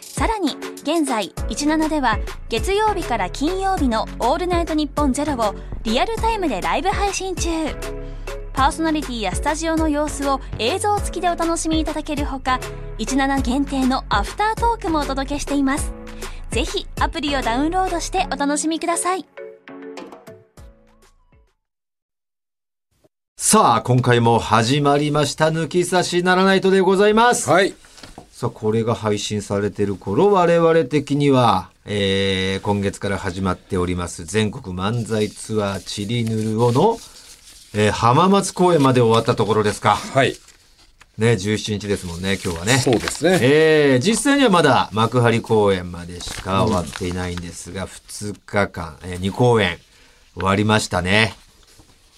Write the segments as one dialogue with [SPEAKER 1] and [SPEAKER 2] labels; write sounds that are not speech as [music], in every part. [SPEAKER 1] さらに現在17では月曜日から金曜日の「オールナイトニッポンゼロをリアルタイムでライブ配信中パーソナリティやスタジオの様子を映像付きでお楽しみいただけるほか17限定のアフタートークもお届けしていますぜひアプリをダウンロードしてお楽しみください
[SPEAKER 2] さあ、今回も始まりました。抜き差しならないとでございます。
[SPEAKER 3] はい。
[SPEAKER 2] さあ、これが配信されてる頃、我々的には、えー、今月から始まっております、全国漫才ツアーチリヌルオの、えー、浜松公演まで終わったところですか。
[SPEAKER 3] はい。
[SPEAKER 2] ね、17日ですもんね、今日はね。
[SPEAKER 3] そうですね。
[SPEAKER 2] えー実際にはまだ幕張公演までしか終わっていないんですが、2日間、え2公演終わりましたね。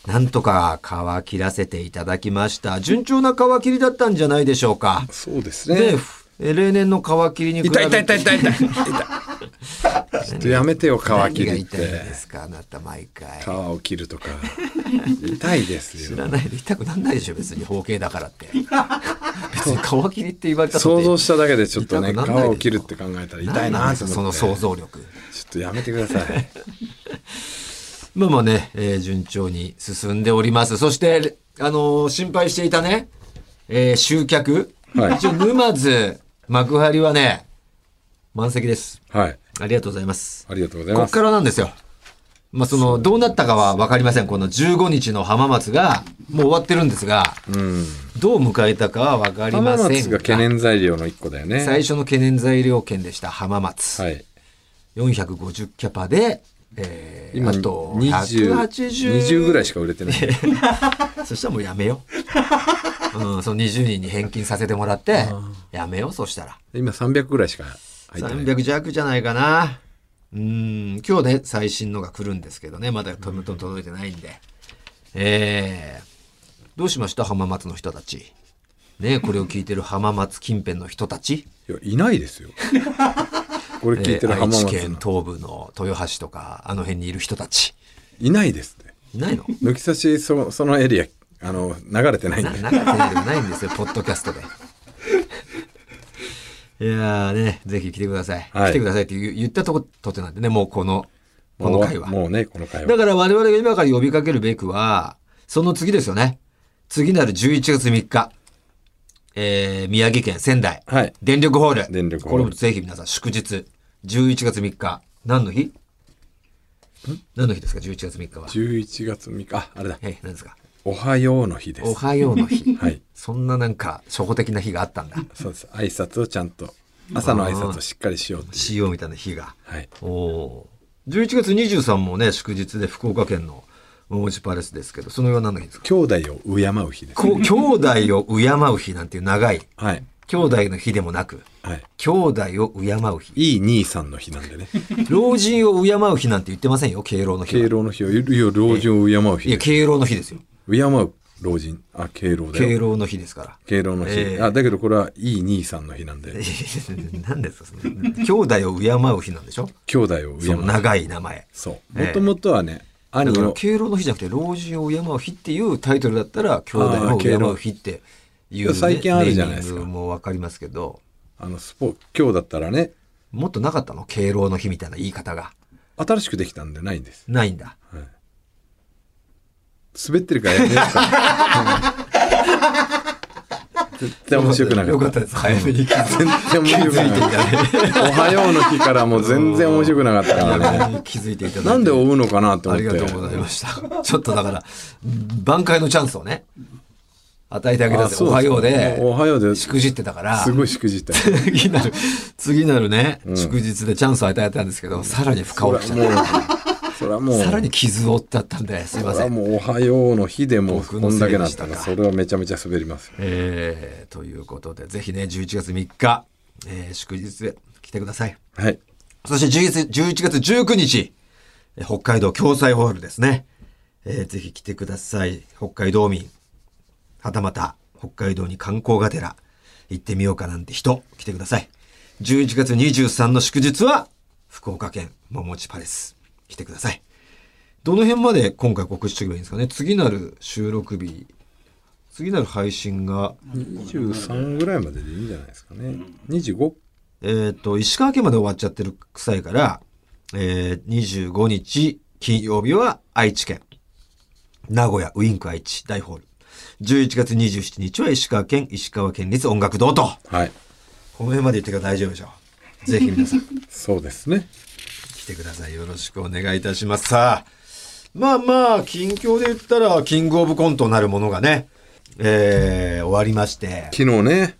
[SPEAKER 2] なんとか皮切らせていただきました。順調な皮切りだったんじゃないでしょうか。
[SPEAKER 3] そうです
[SPEAKER 2] で、
[SPEAKER 3] ね。
[SPEAKER 2] ふえ例年の皮切りに比べ
[SPEAKER 3] 痛
[SPEAKER 2] て。
[SPEAKER 3] い痛い
[SPEAKER 2] [laughs]
[SPEAKER 3] 痛い痛い痛い。痛いちょっとやめてよ、皮切
[SPEAKER 2] 何が
[SPEAKER 3] りっ
[SPEAKER 2] 痛いんで
[SPEAKER 3] て。
[SPEAKER 2] すか、あなた毎回
[SPEAKER 3] 皮。を切るとか。痛いです
[SPEAKER 2] 知
[SPEAKER 3] よ。
[SPEAKER 2] らないで [laughs] 痛くなんないでしょ、別に包茎だからって。別に皮切りって言われたって
[SPEAKER 3] 想像しただけでちょっとね、皮
[SPEAKER 2] 痛くなんないでしょ
[SPEAKER 3] を切るって考えたら痛い
[SPEAKER 2] んな
[SPEAKER 3] なん
[SPEAKER 2] で
[SPEAKER 3] と
[SPEAKER 2] す
[SPEAKER 3] 思
[SPEAKER 2] か
[SPEAKER 3] って。
[SPEAKER 2] その想像力。
[SPEAKER 3] ちょっとやめてください。
[SPEAKER 2] [laughs] まあまあね、えー順調に進んでおります。そして、あのー心配していたね、えー集客。
[SPEAKER 3] はい
[SPEAKER 2] 一応、沼津、幕張はね、満席です。
[SPEAKER 3] はい。
[SPEAKER 2] ありがとうございます。
[SPEAKER 3] ありがとうござい
[SPEAKER 2] こ
[SPEAKER 3] ま
[SPEAKER 2] っ
[SPEAKER 3] す。
[SPEAKER 2] からなんですよ。まあ、その、どうなったかはわかりません。この15日の浜松が、もう終わってるんですが、
[SPEAKER 3] うん。
[SPEAKER 2] どう迎えたかはわかりま
[SPEAKER 3] 浜
[SPEAKER 2] せんが。
[SPEAKER 3] 松が懸念材料の一個だよね。
[SPEAKER 2] 最初の懸念材料券でした、浜松。
[SPEAKER 3] はい。
[SPEAKER 2] 450キャパで、えー、
[SPEAKER 3] 今、
[SPEAKER 2] あと
[SPEAKER 3] 20、20ぐらいしか売れてない。
[SPEAKER 2] そしたらもうやめよう。
[SPEAKER 3] [laughs]
[SPEAKER 2] うん、その20人に返金させてもらって、やめよう、そしたら。
[SPEAKER 3] 今300ぐらいしか入ってない。
[SPEAKER 2] 300弱じゃないかな。うん、今日ね、最新のが来るんですけどね、まだともと届いてないんで。えー、どうしました浜松の人たち。ね、これを聞いてる浜松近辺の人たち。
[SPEAKER 3] いや、いないですよ。
[SPEAKER 2] [laughs]
[SPEAKER 3] これ聞いてる浜
[SPEAKER 2] えー
[SPEAKER 3] 松
[SPEAKER 2] 愛知県
[SPEAKER 3] の。
[SPEAKER 2] 東部の豊橋とか、あの辺にいる人たち。
[SPEAKER 3] いないですね。
[SPEAKER 2] いないの
[SPEAKER 3] 抜き差しそそのエリアあの流れてないん [laughs]
[SPEAKER 2] な
[SPEAKER 3] で
[SPEAKER 2] 中テレビがないんです
[SPEAKER 3] [laughs]
[SPEAKER 2] よ、ポッドキャストで。いやーね、ぜひ来てください。
[SPEAKER 3] はい
[SPEAKER 2] 来てくださいって言う言ったとことてなんでね、もうこの、この
[SPEAKER 3] もう
[SPEAKER 2] 回は。
[SPEAKER 3] もうねこの会
[SPEAKER 2] だ
[SPEAKER 3] 話
[SPEAKER 2] から我々が今から呼びかけるべくは、その次ですよね。次なる11月3日、えー、宮城県仙台、
[SPEAKER 3] はい
[SPEAKER 2] 電力ホール。
[SPEAKER 3] 電力ホー
[SPEAKER 2] こ
[SPEAKER 3] ル
[SPEAKER 2] れもぜひ皆さん祝日、11月3日、何の日何の日ですか、11月3日は。
[SPEAKER 3] 11月3日ああれだ
[SPEAKER 2] えー、何ですか。
[SPEAKER 3] おはようの日で
[SPEAKER 2] お
[SPEAKER 3] す
[SPEAKER 2] はようの
[SPEAKER 3] [laughs]
[SPEAKER 2] 日。
[SPEAKER 3] はい
[SPEAKER 2] そんななんか、初歩的な日があったんだ。
[SPEAKER 3] そうです挨拶をちゃんと朝の挨拶をしっかりしようっていう
[SPEAKER 2] しようみたいな日が。
[SPEAKER 3] はい
[SPEAKER 2] おー11月23もね、祝日で福岡県のおうちパレスですけど、その日は何の日ですか
[SPEAKER 3] 兄弟を敬う日です
[SPEAKER 2] こう兄弟を敬う日なんていう長い、
[SPEAKER 3] はい
[SPEAKER 2] 兄弟の日でもなく、
[SPEAKER 3] はい
[SPEAKER 2] 兄弟を敬う日。
[SPEAKER 3] いい兄さんの日な
[SPEAKER 2] [laughs]
[SPEAKER 3] んでね
[SPEAKER 2] 老人を敬う日なんて言ってませんよ、敬老の日は。
[SPEAKER 3] 敬老の日をいや老人を敬う
[SPEAKER 2] い
[SPEAKER 3] 日
[SPEAKER 2] や、敬老の日ですよ。
[SPEAKER 3] 敬う老人あ敬老だ
[SPEAKER 2] 敬
[SPEAKER 3] よ
[SPEAKER 2] 老の日ですから。
[SPEAKER 3] 敬老の日、
[SPEAKER 2] ええ
[SPEAKER 3] あだけどこれはいい兄さんの日なんで
[SPEAKER 2] [laughs] 何ですか、その。兄弟を敬う日なんでしょ
[SPEAKER 3] 兄弟を敬
[SPEAKER 2] そうの長い名前。
[SPEAKER 3] そう
[SPEAKER 2] ええ
[SPEAKER 3] もともとはね、
[SPEAKER 2] だ
[SPEAKER 3] 兄
[SPEAKER 2] から
[SPEAKER 3] を
[SPEAKER 2] 敬老の日じゃなくて老人を敬う日っていうタイトルだったら兄弟を敬う日っていう、ね、
[SPEAKER 3] あー敬老最近あるじゃないです
[SPEAKER 2] ネ
[SPEAKER 3] か
[SPEAKER 2] ーミングもわかりますけど
[SPEAKER 3] あのスポ今日だったらね
[SPEAKER 2] もっとなかったの敬老の日みたいな言い方が
[SPEAKER 3] 新しくできたんでないんです
[SPEAKER 2] ないんだ
[SPEAKER 3] 滑ってるからやめよう
[SPEAKER 2] [laughs]
[SPEAKER 3] か絶対面白くなか
[SPEAKER 2] よ
[SPEAKER 3] った
[SPEAKER 2] かったです早めに気づい
[SPEAKER 3] 全然面白くなか [laughs] ったおはようの日からもう全然面白くなかったからね
[SPEAKER 2] 早めに気づいていただいて
[SPEAKER 3] なんで追うのかなと
[SPEAKER 2] あ
[SPEAKER 3] 思っ
[SPEAKER 2] り
[SPEAKER 3] て
[SPEAKER 2] がとうございましたちょっとだから挽回のチャンスをね与えてあげたん
[SPEAKER 3] あ
[SPEAKER 2] です
[SPEAKER 3] そう
[SPEAKER 2] よおはようで
[SPEAKER 3] おはようで
[SPEAKER 2] し
[SPEAKER 3] す
[SPEAKER 2] くじってたから
[SPEAKER 3] ごいしくじったよ
[SPEAKER 2] 次なる次なるね、祝日でチャンスを与えたんですけどさらに深
[SPEAKER 3] そ
[SPEAKER 2] 追
[SPEAKER 3] れ
[SPEAKER 2] いしちゃった
[SPEAKER 3] はもうそれはもう
[SPEAKER 2] さらに傷を負っちゃったんですいま
[SPEAKER 3] そ
[SPEAKER 2] せ
[SPEAKER 3] れは
[SPEAKER 2] ん。
[SPEAKER 3] もうおはようの日でもう
[SPEAKER 2] 僕
[SPEAKER 3] こ
[SPEAKER 2] の
[SPEAKER 3] ん
[SPEAKER 2] せ
[SPEAKER 3] だ
[SPEAKER 2] い
[SPEAKER 3] け
[SPEAKER 2] で
[SPEAKER 3] なっ
[SPEAKER 2] した
[SPEAKER 3] た
[SPEAKER 2] から
[SPEAKER 3] らそれはめちゃめちゃ滑りますよ
[SPEAKER 2] えーということで、ぜひね、11月3日、えー祝日で来てください。
[SPEAKER 3] はい
[SPEAKER 2] そして11月11月19日、え北海道共済ホールですね。えーぜひ来てください。北海道民、はたまた北海道に観光がてら行ってみようかなんて人、来てください。11月23の祝日は、福岡県桃地パレス。来てください。どの辺まで今回告知しておけばいいんですかね次なる収録日、次なる配信が、
[SPEAKER 3] 23ぐらいまででいいんじゃないですかね。25
[SPEAKER 2] えっ、と、石川県まで終わっちゃってる臭いから、えー、25日金曜日は愛知県。名古屋ウインク愛知大ホール。11月27日は石川県石川県立音楽堂と。
[SPEAKER 3] はい。
[SPEAKER 2] この辺まで言ってから大丈夫でしょう。ぜひ皆さん
[SPEAKER 3] そうですね。
[SPEAKER 2] 来てください。よろしくお願いいたします。さあ、まあまあ、近況で言ったら、キングオブコントなるものがね、えー、終わりまして、
[SPEAKER 3] 昨日ね。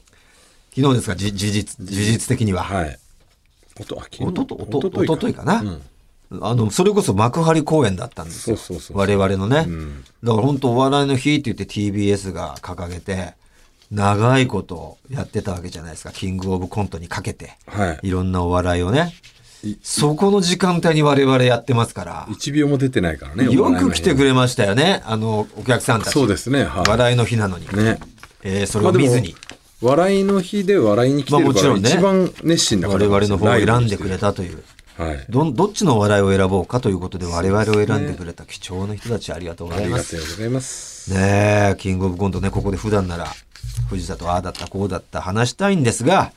[SPEAKER 2] 昨日ですか、じ事実、事実的には。
[SPEAKER 3] はい。おと、あ、昨日
[SPEAKER 2] おとと、おと、
[SPEAKER 3] おととい
[SPEAKER 2] おとといかな。
[SPEAKER 3] うん
[SPEAKER 2] あの、それこそ幕張公演だったんですよ。
[SPEAKER 3] そうそうそう
[SPEAKER 2] 我々のね。
[SPEAKER 3] うん
[SPEAKER 2] だから本当お笑いの日って言って TBS が掲げて、長いことやってたわけじゃないですか。キングオブコントにかけて。
[SPEAKER 3] はい
[SPEAKER 2] いろんなお笑いをね
[SPEAKER 3] い。
[SPEAKER 2] そこの時間帯に我々やってますから。
[SPEAKER 3] 一秒も出てないからね。
[SPEAKER 2] よく来てく
[SPEAKER 3] れ
[SPEAKER 2] れましたよね。あの、お客さんたち。
[SPEAKER 3] そうですね。はい。
[SPEAKER 2] 笑いの日なのに。
[SPEAKER 3] ね。
[SPEAKER 2] えーそれを見ずに。
[SPEAKER 3] 笑いの日で笑いに来てるから、
[SPEAKER 2] まあもち
[SPEAKER 3] 一
[SPEAKER 2] ろ
[SPEAKER 3] 番熱心な
[SPEAKER 2] 我
[SPEAKER 3] 方々
[SPEAKER 2] 々の方を選んでくれ
[SPEAKER 3] た。
[SPEAKER 2] たという。
[SPEAKER 3] はい。
[SPEAKER 2] ど、どっちのお笑いを選ぼうかということで我々を選んでくれた貴重な人たちありがとうご
[SPEAKER 3] あ
[SPEAKER 2] ざい
[SPEAKER 3] り
[SPEAKER 2] ま
[SPEAKER 3] が
[SPEAKER 2] す
[SPEAKER 3] と。うございます。
[SPEAKER 2] ねえ、キングオブコントね、ここで普段なら、藤田とああだった、こうだった、話したいんですが、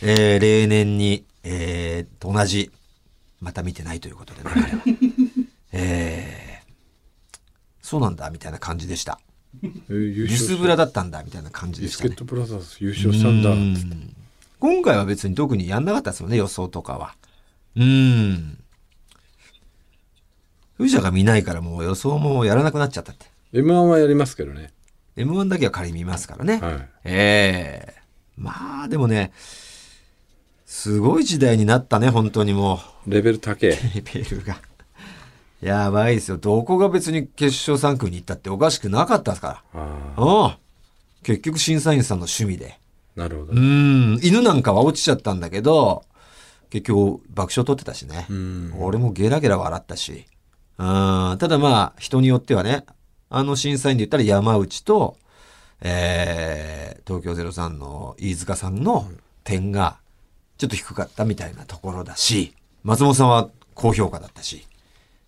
[SPEAKER 2] えー例年に、えーと同じ、また見てないということ
[SPEAKER 3] [laughs]
[SPEAKER 2] でね、彼はえーそうなんだ、みたいな感じでした。
[SPEAKER 3] えー優
[SPEAKER 2] ユ
[SPEAKER 3] 勝
[SPEAKER 2] スブラだったんだ、みたいな感じ
[SPEAKER 3] ビ
[SPEAKER 2] で
[SPEAKER 3] ス
[SPEAKER 2] した
[SPEAKER 3] ケッ
[SPEAKER 2] ね
[SPEAKER 3] ト。ブラザーズ優勝したんだ。
[SPEAKER 2] うん今回は別に特にやんなかったですもんね、予想とかは。うん。藤田が見ないからもう予想もやらなくなっちゃったって。
[SPEAKER 3] M1 はやりますけどね。
[SPEAKER 2] M1 だけは仮に見ますからね。
[SPEAKER 3] はい。
[SPEAKER 2] ええまあ、でもね、すごい時代になったね、本当にも
[SPEAKER 3] レベル高え。
[SPEAKER 2] う。レベルが。やばいですよ。どこが別に決勝3区に行ったっておかしくなかったですか
[SPEAKER 3] あ
[SPEAKER 2] ら。うん。結局審査員さんの趣味で。
[SPEAKER 3] あ、なるほど
[SPEAKER 2] う。ん。犬なんかは落ちちゃったんだけど、結局爆笑取ってたしね。
[SPEAKER 3] うん。
[SPEAKER 2] 俺もゲラゲラ笑ったし。うん。ただまあ、人によってはね、あの審査員で言ったら山内と、えー、東京03の飯塚さんの点がちょっと低かったみたいなところだし、松本さんは高評価だったし、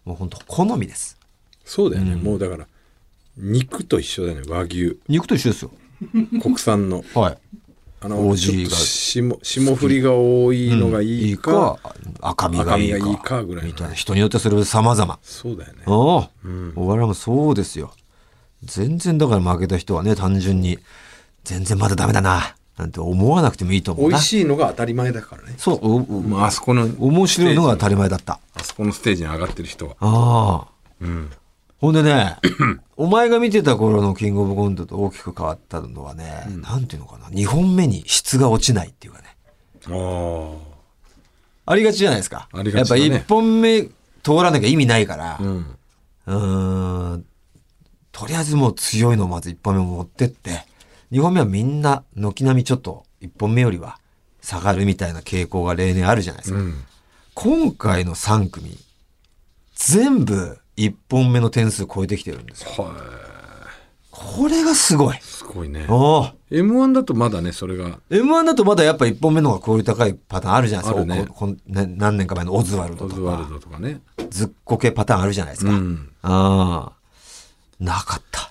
[SPEAKER 2] もう本当好みです。
[SPEAKER 3] そうだよね。もうだから、肉と一緒だよね。和牛。
[SPEAKER 2] 肉と一緒ですよ。
[SPEAKER 3] 国産 [laughs] の。
[SPEAKER 2] はい。
[SPEAKER 3] あの、
[SPEAKER 2] OG
[SPEAKER 3] ちょっと
[SPEAKER 2] が
[SPEAKER 3] 霜霜降りが多いのがいいか。
[SPEAKER 2] 赤身がいいか、
[SPEAKER 3] 赤身がいいかぐらいの
[SPEAKER 2] みたいな。人によってそれ様々。
[SPEAKER 3] そうだよね。
[SPEAKER 2] おあ、お笑いもそうですよ。全然だから負けた人はね、単純に、全然まだダメだな、なんて思わなくてもいいと思
[SPEAKER 3] 美
[SPEAKER 2] うな。
[SPEAKER 3] 味しいのが当たり前だからね。
[SPEAKER 2] そう、おお
[SPEAKER 3] まあ、あそこの、
[SPEAKER 2] 面白いのが当たり前だった。
[SPEAKER 3] あそこのステージに上がってる人は。
[SPEAKER 2] ああ。
[SPEAKER 3] うん。
[SPEAKER 2] ほんでね、 [clears throat] お前が見てた頃のキングオブコントと大きく変わったのはね、なんていうのかな、2本目に質が落ちないっていうかね。
[SPEAKER 3] ああ。
[SPEAKER 2] ありがちじゃないですか。
[SPEAKER 3] ありがちだね
[SPEAKER 2] やっぱ1本目通らなきゃ意味ないから、
[SPEAKER 3] うん。
[SPEAKER 2] うーんとりあえずもう強いのをまず1本目持ってって、2本目はみんな軒並みちょっと1本目よりは下がるみたいな傾向が例年あるじゃないですか。
[SPEAKER 3] うん。
[SPEAKER 2] 今回の3組、全部1本目の点数超えてきてるんですよ。
[SPEAKER 3] は
[SPEAKER 2] これがすごい
[SPEAKER 3] い。。すごいね。
[SPEAKER 2] おー
[SPEAKER 3] M1 だとまだね、それが。
[SPEAKER 2] M1 だとまだやっぱ1本目の方がクオリティ高いパターンあるじゃないですか。
[SPEAKER 3] あるね
[SPEAKER 2] ここんな何年か前のオズワルド
[SPEAKER 3] オ
[SPEAKER 2] と
[SPEAKER 3] ズワル
[SPEAKER 2] か、
[SPEAKER 3] ドとかね。
[SPEAKER 2] ずっこけパターンあるじゃないです
[SPEAKER 3] う
[SPEAKER 2] か。
[SPEAKER 3] ん。
[SPEAKER 2] あーなかった。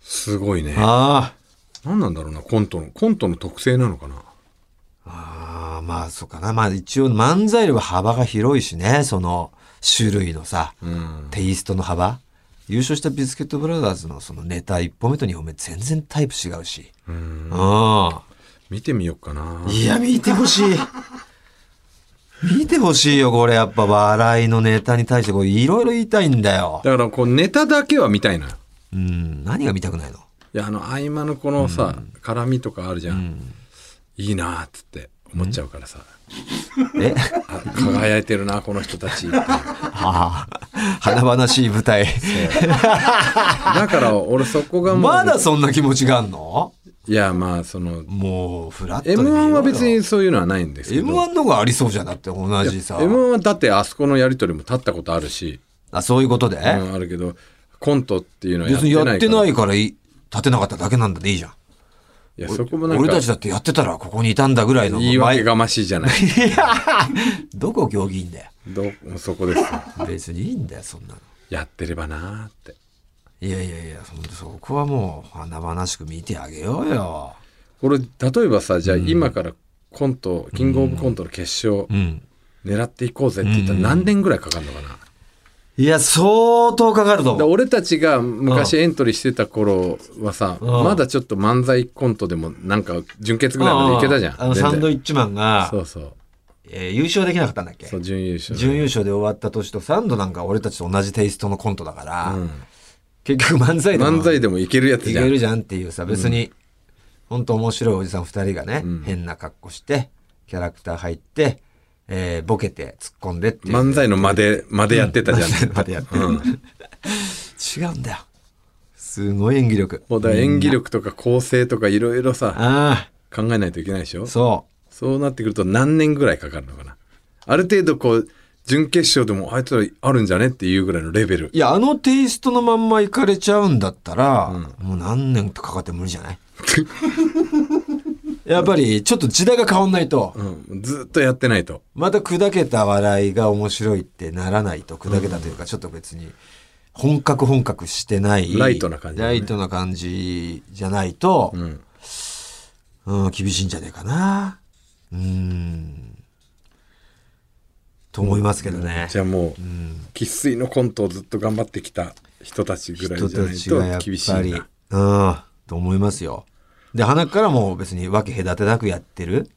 [SPEAKER 3] すごいね。
[SPEAKER 2] ああ。
[SPEAKER 3] 何なんだろうな、コントの。コントの特性なのかな。
[SPEAKER 2] ああ、まあそうかな。まあ一応漫才よりは幅が広いしね、その種類のさ、
[SPEAKER 3] うん。
[SPEAKER 2] テイストの幅。優勝したビスケットブラザーズのそのネタ1本目と2本目全然タイプ違うし。
[SPEAKER 3] うん。
[SPEAKER 2] あ
[SPEAKER 3] 見てみようかな
[SPEAKER 2] あ。。いや、見てほしい。 [laughs] 見てほしいよ、これやっぱ笑いのネタに対してこういろいろ言いたいんだよ。
[SPEAKER 3] だから、こう、ネタだけは見たいな。い
[SPEAKER 2] うん、何が見たくないの
[SPEAKER 3] や、あの、合間のこのさ、絡みとかあるじゃん。いいなーっつって思っちゃうからさ。 [laughs]
[SPEAKER 2] え
[SPEAKER 3] あ輝いてるな、この人たちっていう。
[SPEAKER 2] ああ、華々しい舞
[SPEAKER 3] [laughs]
[SPEAKER 2] 台。
[SPEAKER 3] だから、俺そこがもう。
[SPEAKER 2] まだそんな気持ちがあんの
[SPEAKER 3] いや、まあ、その、
[SPEAKER 2] もう、フラットで見ようよ
[SPEAKER 3] M1 は別にそういうのはないんですけど。
[SPEAKER 2] M1 の方がありそうじゃなくて同
[SPEAKER 3] いや
[SPEAKER 2] じさ。
[SPEAKER 3] M1 はだってあそこのやり取りも立ったことあるし、
[SPEAKER 2] あ、そういうことで、
[SPEAKER 3] うんあるけどコントっていうのはやっ
[SPEAKER 2] 別
[SPEAKER 3] て
[SPEAKER 2] に
[SPEAKER 3] ないか
[SPEAKER 2] や
[SPEAKER 3] ら
[SPEAKER 2] ってないからい立てなかっただけなんだでいいじゃん。
[SPEAKER 3] いやそこもなんか
[SPEAKER 2] 俺たちだってやってたらここにいたんだぐらいの。
[SPEAKER 3] 言い訳がましいじ
[SPEAKER 2] [laughs]
[SPEAKER 3] ゃない
[SPEAKER 2] いやどこ行儀いいんだよ。
[SPEAKER 3] どそこですよ
[SPEAKER 2] 別にいいんだよ、そんなの。
[SPEAKER 3] やってればなーって
[SPEAKER 2] いやいやいや、そんそこはもう華々しく見てあげようよ。
[SPEAKER 3] これ例えばさじゃあ今からコントキングオブコントの決勝
[SPEAKER 2] うん。
[SPEAKER 3] 狙っていこうぜって言ったら何年ぐらいかかるのかな、
[SPEAKER 2] いや、相当かかると
[SPEAKER 3] で
[SPEAKER 2] 思う。
[SPEAKER 3] 俺たちが昔エントリーしてた頃はさ、
[SPEAKER 2] うん
[SPEAKER 3] まだちょっと漫才コントでもなんか準決ぐらいまでいけたじゃん。
[SPEAKER 2] あの、
[SPEAKER 3] 全然
[SPEAKER 2] サンドイッチマンが
[SPEAKER 3] そ、うそう。
[SPEAKER 2] えー優勝できなかったんだっけ
[SPEAKER 3] そう、準優勝。
[SPEAKER 2] 準優勝で終わった年とサンドなんか俺たちと同じテイストのコントだから、
[SPEAKER 3] うん
[SPEAKER 2] 結局漫才でも
[SPEAKER 3] 漫才でもいけるやつ
[SPEAKER 2] い
[SPEAKER 3] じゃ
[SPEAKER 2] け
[SPEAKER 3] ん。
[SPEAKER 2] るじゃんっていうさ別に、ほんと面白いおじさん2人がね、変な格好してキャラクター入って、えーボケて突っ込んでっていう
[SPEAKER 3] 漫才のまで、までやってたじゃん。
[SPEAKER 2] までやってる、違うんだよすごい演技力
[SPEAKER 3] もうだから演技力とか構成とかいろいろさ、
[SPEAKER 2] あ
[SPEAKER 3] 考えないといけないでしょ
[SPEAKER 2] あそ
[SPEAKER 3] そうなってくると何年ぐらいかかるのかな。ある程度こう、準決勝でもあいつらあるんじゃねっていうぐらいのレベル
[SPEAKER 2] う。いやあのテイストのまんまいかれちゃうんだったら、もう何年とかかっても無理じゃないやっぱりちょっと時代が変わんないと、
[SPEAKER 3] うん、ずっとやってないと。
[SPEAKER 2] また砕けた笑いが面白いってならないと砕けたというか、ちょっと別に本格本格してない
[SPEAKER 3] ライトな感じだね
[SPEAKER 2] ライトな感じじゃないと、
[SPEAKER 3] ん
[SPEAKER 2] うん、厳しいんじゃないかなうんと思いますけどね、
[SPEAKER 3] じゃあもう生粋、のコントをずっと頑張ってきた人たちぐらいじゃ
[SPEAKER 2] 人
[SPEAKER 3] な
[SPEAKER 2] た
[SPEAKER 3] い
[SPEAKER 2] ちがや
[SPEAKER 3] と
[SPEAKER 2] っ
[SPEAKER 3] 厳し
[SPEAKER 2] ぱ
[SPEAKER 3] い
[SPEAKER 2] り
[SPEAKER 3] な。
[SPEAKER 2] うんと思いますよで鼻からも別に分け隔てなくやってる、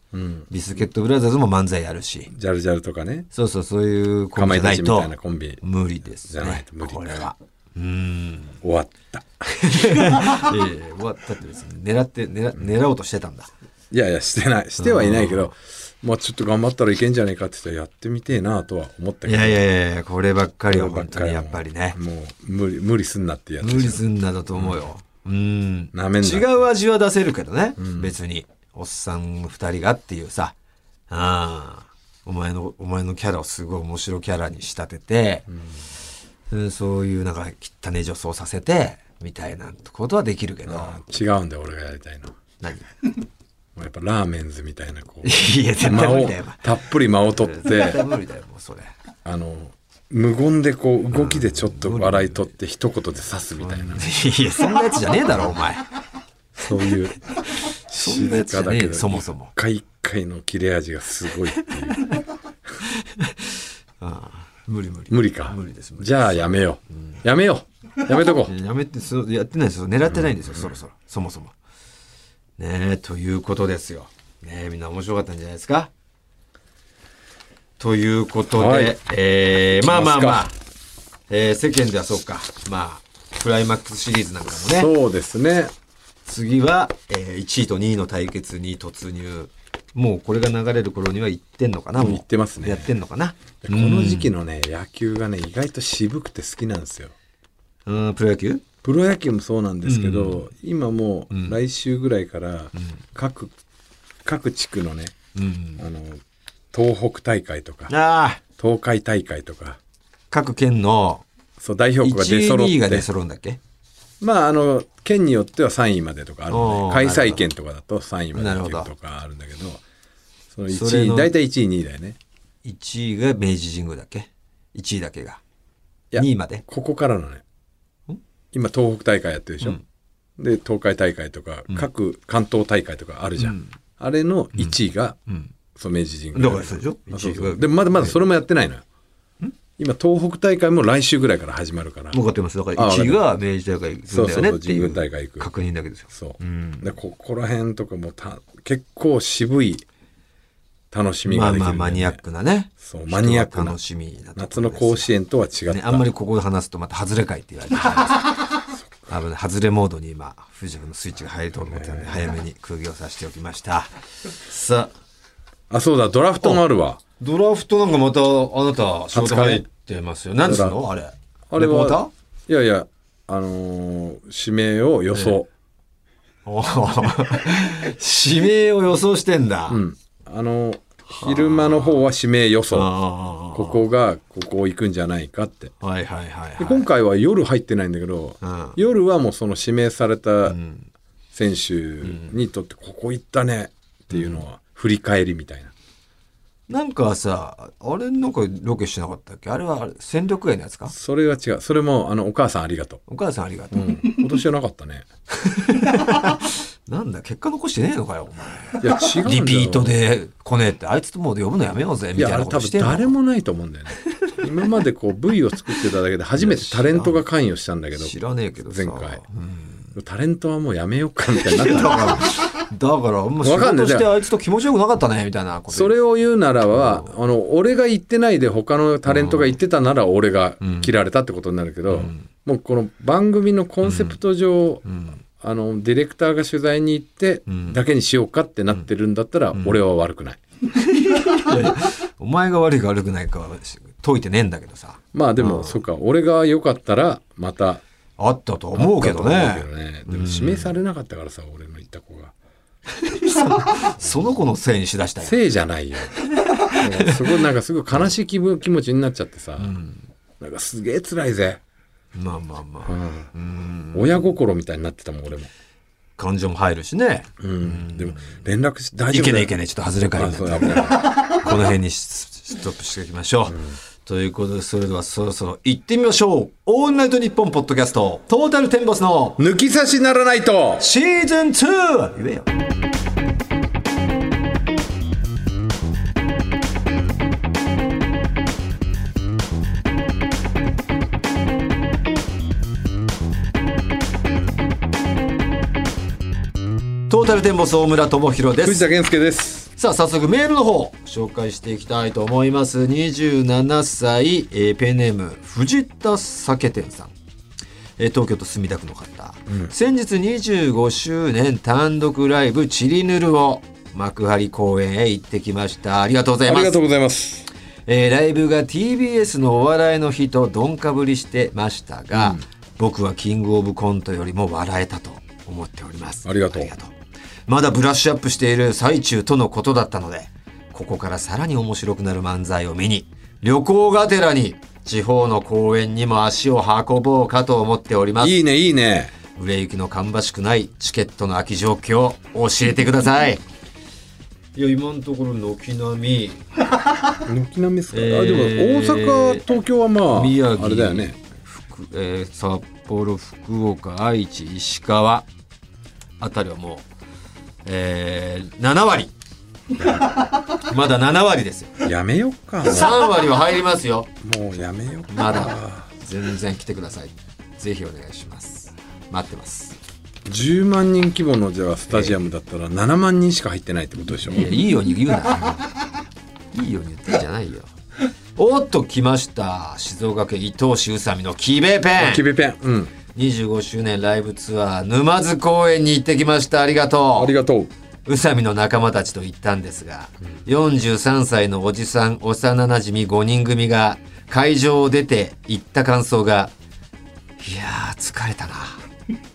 [SPEAKER 2] ビスケットブラザーズも漫才やるし
[SPEAKER 3] ジャルジャルとかね、
[SPEAKER 2] そうそうそういうコ
[SPEAKER 3] か
[SPEAKER 2] ンビじゃな
[SPEAKER 3] まいた
[SPEAKER 2] い
[SPEAKER 3] ちみた
[SPEAKER 2] と
[SPEAKER 3] いなコンビ
[SPEAKER 2] 無理です、
[SPEAKER 3] じゃない
[SPEAKER 2] ね
[SPEAKER 3] と無、理
[SPEAKER 2] これは。うん。
[SPEAKER 3] 終わった。
[SPEAKER 2] いやいや終わったって別に狙って狙狙おうとしてたんだ。
[SPEAKER 3] いやいや、してない。してはいないけど、まあちょっと頑張ったらいけんじゃねえかって言ったらやってみてえなとは思った
[SPEAKER 2] い
[SPEAKER 3] けど。
[SPEAKER 2] やいやいやこればっかりは
[SPEAKER 3] ば
[SPEAKER 2] 本
[SPEAKER 3] か
[SPEAKER 2] 当にやっぱりね。
[SPEAKER 3] もう無理、無理すんなってやつ
[SPEAKER 2] 無
[SPEAKER 3] でし
[SPEAKER 2] 理
[SPEAKER 3] ょ。
[SPEAKER 2] すんなだと思うよ。うん。
[SPEAKER 3] なめんな
[SPEAKER 2] 違う味は出せるけどね。別に。おっさん二人がっていうさ。ああ。お前の、お前のキャラをすごい面白いキャラに仕立てて、うん、そういうなんか汚い女装させて、みたいなことはできるけど。
[SPEAKER 3] 違うんだよ、俺がやりたいの。も
[SPEAKER 2] 何 [laughs] いう
[SPEAKER 3] やっぱラーメンズみたいな、こう。
[SPEAKER 2] [laughs] や、絶対
[SPEAKER 3] 間
[SPEAKER 2] 無理
[SPEAKER 3] を
[SPEAKER 2] だよ。お前、
[SPEAKER 3] たっぷり間を取って
[SPEAKER 2] 絶、 [laughs] 対無理だよ、もうそれ。
[SPEAKER 3] あの無言でこう動きでちょっと笑い取って一言で刺すみたいな、
[SPEAKER 2] いや、そんなやつじゃねえだろ、お前。
[SPEAKER 3] そうい
[SPEAKER 2] ん
[SPEAKER 3] う
[SPEAKER 2] なや
[SPEAKER 3] 静
[SPEAKER 2] つじゃ
[SPEAKER 3] か
[SPEAKER 2] ねえ
[SPEAKER 3] だ
[SPEAKER 2] よ
[SPEAKER 3] けど
[SPEAKER 2] そもそも
[SPEAKER 3] 一回一回の切れ味がすごいっていう
[SPEAKER 2] 無理無理。
[SPEAKER 3] 無理か
[SPEAKER 2] 無理です、無理
[SPEAKER 3] じゃあやめよう、やめようやめとこう
[SPEAKER 2] いややめて、そうやってないですよ。狙ってないんですよ、そろそろ。そもそも。ねえ、ということですよ。ねえ、みんな面白かったんじゃないですかということで、
[SPEAKER 3] はい
[SPEAKER 2] えーまあまあ
[SPEAKER 3] いき
[SPEAKER 2] ま
[SPEAKER 3] ま
[SPEAKER 2] あ、えー世間ではそうか、まあ、クライマックスシリーズなんかもね、
[SPEAKER 3] そうですね
[SPEAKER 2] 次は、え1位と2位の対決に突入。もうこれが流れる頃にはいってんのかなもう
[SPEAKER 3] いってますね
[SPEAKER 2] やってんのかな
[SPEAKER 3] この時期のね野球がね意外と渋くて好きなんですよ
[SPEAKER 2] うん、プロ野球
[SPEAKER 3] プロ野球もそうなんですけど、今もう来週ぐらいから各、各地区のね、あの東北大会とか
[SPEAKER 2] ああ、
[SPEAKER 3] 東海大会とか
[SPEAKER 2] 各県の
[SPEAKER 3] そう代表校が出
[SPEAKER 2] 1
[SPEAKER 3] 揃
[SPEAKER 2] 位、2位
[SPEAKER 3] っ
[SPEAKER 2] が
[SPEAKER 3] て
[SPEAKER 2] 出揃うんだっけ
[SPEAKER 3] まああの県によっては3位までとかある
[SPEAKER 2] お
[SPEAKER 3] の
[SPEAKER 2] ー
[SPEAKER 3] で開催県とかだと3位まで
[SPEAKER 2] なる
[SPEAKER 3] っ
[SPEAKER 2] ほ
[SPEAKER 3] てい
[SPEAKER 2] ど
[SPEAKER 3] うとかあるんだけどその
[SPEAKER 2] それ
[SPEAKER 3] 1
[SPEAKER 2] の
[SPEAKER 3] 位大体1位2位だよね
[SPEAKER 2] 1位が明治神宮だっけ ?1 位だけが。
[SPEAKER 3] いや
[SPEAKER 2] 2位まで。
[SPEAKER 3] ここからのね今東北大会やってるでしょ、で東海大会とか各関東大会とかあるじゃん、あれの1位が、その明治神宮
[SPEAKER 2] だからそうでしょ
[SPEAKER 3] あそ
[SPEAKER 2] 1
[SPEAKER 3] う
[SPEAKER 2] 位
[SPEAKER 3] そう
[SPEAKER 2] が
[SPEAKER 3] でもまだまだそれもやってないのよ今東北大会も来週ぐらいから始まるから
[SPEAKER 2] 分かってます。だから
[SPEAKER 3] あ
[SPEAKER 2] 1位が明治大会行くんだよねってい
[SPEAKER 3] そうそうそう神宮大会
[SPEAKER 2] う
[SPEAKER 3] 行く
[SPEAKER 2] 確認だけですよ。
[SPEAKER 3] そう、でここら辺とかもた結構渋い楽しみ
[SPEAKER 2] ま
[SPEAKER 3] が
[SPEAKER 2] あ
[SPEAKER 3] できる
[SPEAKER 2] ま
[SPEAKER 3] んだ
[SPEAKER 2] あ
[SPEAKER 3] よ
[SPEAKER 2] マ
[SPEAKER 3] ね、
[SPEAKER 2] ニアックなね。
[SPEAKER 3] そうマニアックな
[SPEAKER 2] 楽しみなところです
[SPEAKER 3] 夏の甲子園とは違った、
[SPEAKER 2] ね。あんまりここで話すとまた外れ会って言われてしまい
[SPEAKER 3] [laughs]
[SPEAKER 2] ます。危ない。外れモードに今、藤君のスイッチが入ると思ってたんで、早めに空気をさせておきました。さあ、
[SPEAKER 3] あそうだドラフトもあるわ
[SPEAKER 2] ドラフトなんかまたあなた仕事入ってますよ。なんつうのあれ。
[SPEAKER 3] あれ
[SPEAKER 2] レポーター
[SPEAKER 3] は、いやいやあのー指名を予想、 [laughs]
[SPEAKER 2] おー指名を予想してんだ。
[SPEAKER 3] うんあのー昼間の方は指名予想
[SPEAKER 2] あ
[SPEAKER 3] ここがここ行くんじゃないかって
[SPEAKER 2] あ。はいはいはい、
[SPEAKER 3] で
[SPEAKER 2] はい。
[SPEAKER 3] 今回は夜入ってないんだけど、
[SPEAKER 2] うん
[SPEAKER 3] 夜はもうその指名された
[SPEAKER 2] ん
[SPEAKER 3] 選手にとってここ行ったねっていうのは振り返りみたいな、
[SPEAKER 2] なんかさ、あれなんかロケしなかったっけあれは戦力外のやつか
[SPEAKER 3] それは違うそれもあのお母さんありが
[SPEAKER 2] [laughs]
[SPEAKER 3] と
[SPEAKER 2] お母さんありがとう。
[SPEAKER 3] う、うん、今年はなかったね
[SPEAKER 2] なんだ、結果残してねえのかよ、お前。
[SPEAKER 3] いや違うんだ
[SPEAKER 2] リ
[SPEAKER 3] よ
[SPEAKER 2] ピートで来ねえって、あいつともう呼ぶのやめようぜ、
[SPEAKER 3] い
[SPEAKER 2] みたい
[SPEAKER 3] や
[SPEAKER 2] な
[SPEAKER 3] あれ
[SPEAKER 2] こ
[SPEAKER 3] 多
[SPEAKER 2] と
[SPEAKER 3] 分
[SPEAKER 2] してんの
[SPEAKER 3] 誰もないと思うんだよね今までこう V を作ってただけで初めてタレントが関与したんだけど
[SPEAKER 2] 知らねえけどさ。
[SPEAKER 3] 前回
[SPEAKER 2] うん
[SPEAKER 3] タレントはもうやめようかみたいになっ
[SPEAKER 2] だか
[SPEAKER 3] た
[SPEAKER 2] ら、だから、もう仕
[SPEAKER 3] わかんな
[SPEAKER 2] 事
[SPEAKER 3] い
[SPEAKER 2] してあいつと気持ちよくなかったね、みたいなこと。
[SPEAKER 3] それを言うならは、あの、俺が行ってないで他のタレントが行ってたなら俺が切られたってことになるけど、もうこの番組のコンセプト上、あの、ディレクターが取材に行ってだけにしようかってなってるんだったら、俺は悪くない。
[SPEAKER 2] お前が悪いか悪くないかは解いてねえんだけどさ。
[SPEAKER 3] まあでも、そっか、俺が良かったらまた、
[SPEAKER 2] あったと思うけど
[SPEAKER 3] あった
[SPEAKER 2] ね
[SPEAKER 3] と。思うけどねでも指名されなかったからさ、俺の行った子が。
[SPEAKER 2] その子のせいにしだしたよ。
[SPEAKER 3] せいじゃないよ。うんすごいなんかすごい悲しい気分気持ちになっちゃってさ、なんかすげえ辛いぜ。
[SPEAKER 2] まあまあま
[SPEAKER 3] う
[SPEAKER 2] あ。
[SPEAKER 3] ん親心みたいになってたもん俺も、
[SPEAKER 2] 感情も入るしね。
[SPEAKER 3] うん、でも連絡し大
[SPEAKER 2] い
[SPEAKER 3] 丈夫
[SPEAKER 2] け
[SPEAKER 3] だ
[SPEAKER 2] ねえ
[SPEAKER 3] よ
[SPEAKER 2] いけねえ、ちょっと外れかよ
[SPEAKER 3] あ。そう危ない
[SPEAKER 2] この辺にスストップしておきましょう。ということで、それではそろそろ行ってみましょう。オールナイトニッポンポッドキャスト、トータルテンボスの
[SPEAKER 3] 抜き差しならないと
[SPEAKER 2] シーズン 2! 言えよ。トータルテンボス大村智弘です
[SPEAKER 3] 藤。田健介です
[SPEAKER 2] さあ早速メールの方紹介していきたいと思います27歳、えーペンネーム藤田酒店さん、えー東京都墨田区の方、先日25周年単独ライブ「ちりぬる」を幕張公園へ行ってきましたありがとうござ
[SPEAKER 3] あ
[SPEAKER 2] いま
[SPEAKER 3] りが
[SPEAKER 2] す
[SPEAKER 3] とうございます
[SPEAKER 2] えーライブが TBS のお笑いの日とどんかぶりしてましたが、僕はキングオブコントよりも笑えたと思っております
[SPEAKER 3] ありがとう
[SPEAKER 2] まだブラッシュアップしている最中とのことだったのでここからさらに面白くなる漫才を見に旅行がてらに地方の公園にも足を運ぼうかと思っております
[SPEAKER 3] いいねいいね
[SPEAKER 2] 売れ行きの芳しくないチケットの空き状況を教えてくださいいや今のところ軒並み
[SPEAKER 3] 軒並みですか、
[SPEAKER 2] えー
[SPEAKER 3] あでも大阪東京はまあ
[SPEAKER 2] 宮城
[SPEAKER 3] あれだよね
[SPEAKER 2] 福えー札幌福岡愛知石川あたりはもう、えー7割 [laughs] まだ7割ですよ
[SPEAKER 3] やめよっか
[SPEAKER 2] 3割は入りますよ
[SPEAKER 3] もうやめよっか
[SPEAKER 2] まだ全然来てくださいぜひお願いします待ってます
[SPEAKER 3] 10万人規模のじゃあスタジアムだったら7万人しか入ってないってことでしょ、
[SPEAKER 2] いやいいように言うないいように言ってんじゃないよおっと来ました静岡県伊東市宇佐美のキベペン
[SPEAKER 3] キベペンうん
[SPEAKER 2] 25周年ライブツアー沼津公演に行ってきましたありがと
[SPEAKER 3] ありがとう
[SPEAKER 2] う宇佐美の仲間たちと行ったんですが、43歳のおじさん幼なじみ5人組が会場を出て行った感想が「いやー疲れたな」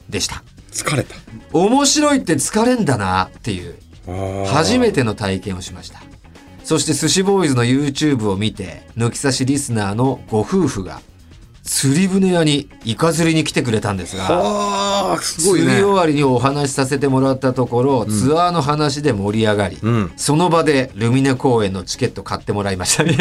[SPEAKER 2] でした
[SPEAKER 3] 疲れた
[SPEAKER 2] 「面白いって疲れんだな」っていう初
[SPEAKER 3] て
[SPEAKER 2] めての体験をしましたそして寿司ボーイズの YouTube を見て抜き差しリスナーのご夫婦が釣り船屋にイカ釣りに来てくれたんですが
[SPEAKER 3] あーすごい
[SPEAKER 2] 釣り
[SPEAKER 3] ね
[SPEAKER 2] 終わりにお話しさせてもらったところ、ツアーの話で盛り上がり、
[SPEAKER 3] ん
[SPEAKER 2] その場でルミネ公演のチケット買ってもらいましためち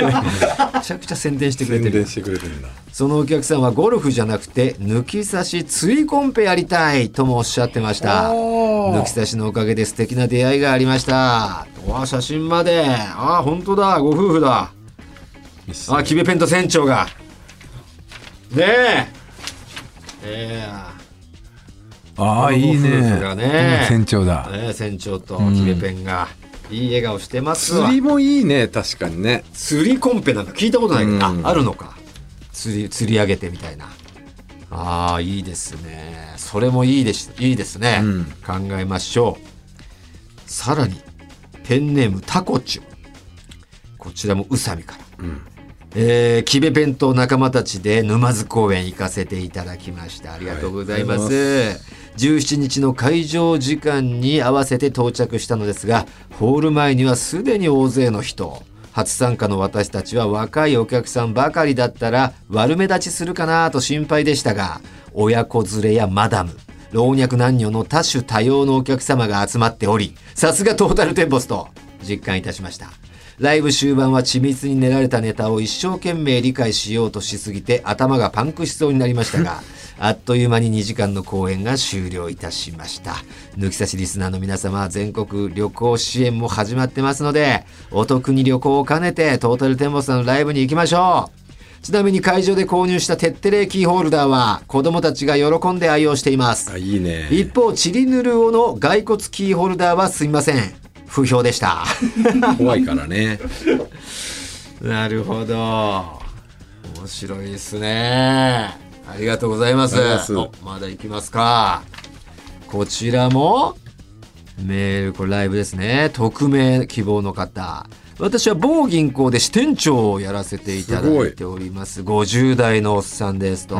[SPEAKER 2] ゃくちゃ宣伝してくれ
[SPEAKER 3] 宣
[SPEAKER 2] てる
[SPEAKER 3] 伝してくれてるんだ
[SPEAKER 2] そのお客さんはゴルフじゃなくて抜き差しついコンペやりたいともおっしゃってました抜き差しのおかげで素敵な出会いがありましたわあ写真までああ本当だご夫婦だあキベペンと船長がねええ
[SPEAKER 4] ああいい
[SPEAKER 2] この夫
[SPEAKER 4] ね
[SPEAKER 2] 婦がね
[SPEAKER 4] 船長だ
[SPEAKER 2] えねえ船長とキベペンが、いい笑顔してますわ
[SPEAKER 3] 釣りもいいね確かにね
[SPEAKER 2] 釣りコンペなんか聞いたことないけど、あ
[SPEAKER 3] うん
[SPEAKER 2] あるのか釣り釣り上げてみたいなあーいいですねそれもいいですいいですね、
[SPEAKER 3] うん
[SPEAKER 2] 考えましょうさらにペンネームタコチュこちらも宇佐美から、えー、キベ弁当仲間たちで沼津公園行かせていただきました。ありがとうございます。
[SPEAKER 3] ありがと
[SPEAKER 2] 17日の会場時間に合わせて到着したのですが、ホール前にはすでに大勢の人。初参加の私たちは若いお客さんばかりだったら悪目立ちするかなと心配でしたが、親子連れやマダム、老若男女の多種多様のお客様が集まっており、さすがトータルテンボスと実感いたしました。ライブ終盤は緻密に練られたネタを一生懸命理解しようとしすぎて頭がパンクしそうになりましたが、あっという間に2時間の公演が終了いたしました。抜き差しリスナーの皆様、全国旅行支援も始まってますので、お得に旅行を兼ねてトータルテンボスさんのライブに行きましょうちなみに会場で購入したテッテレキーホルダーは子供たちが喜んで愛用しています。
[SPEAKER 3] あいいね
[SPEAKER 2] 一方、チリヌルオの骸骨キーホルダーはすみません。不評でした。
[SPEAKER 3] 怖いからね
[SPEAKER 2] なるほど。面白いですね。ありがとうございます。
[SPEAKER 3] ありがとうござい
[SPEAKER 2] おまだ行きますか。こちらも、メール、これライブですね。匿名希望の方。私は某銀行で支店長をやらせていただいております。50代のおっさんですと。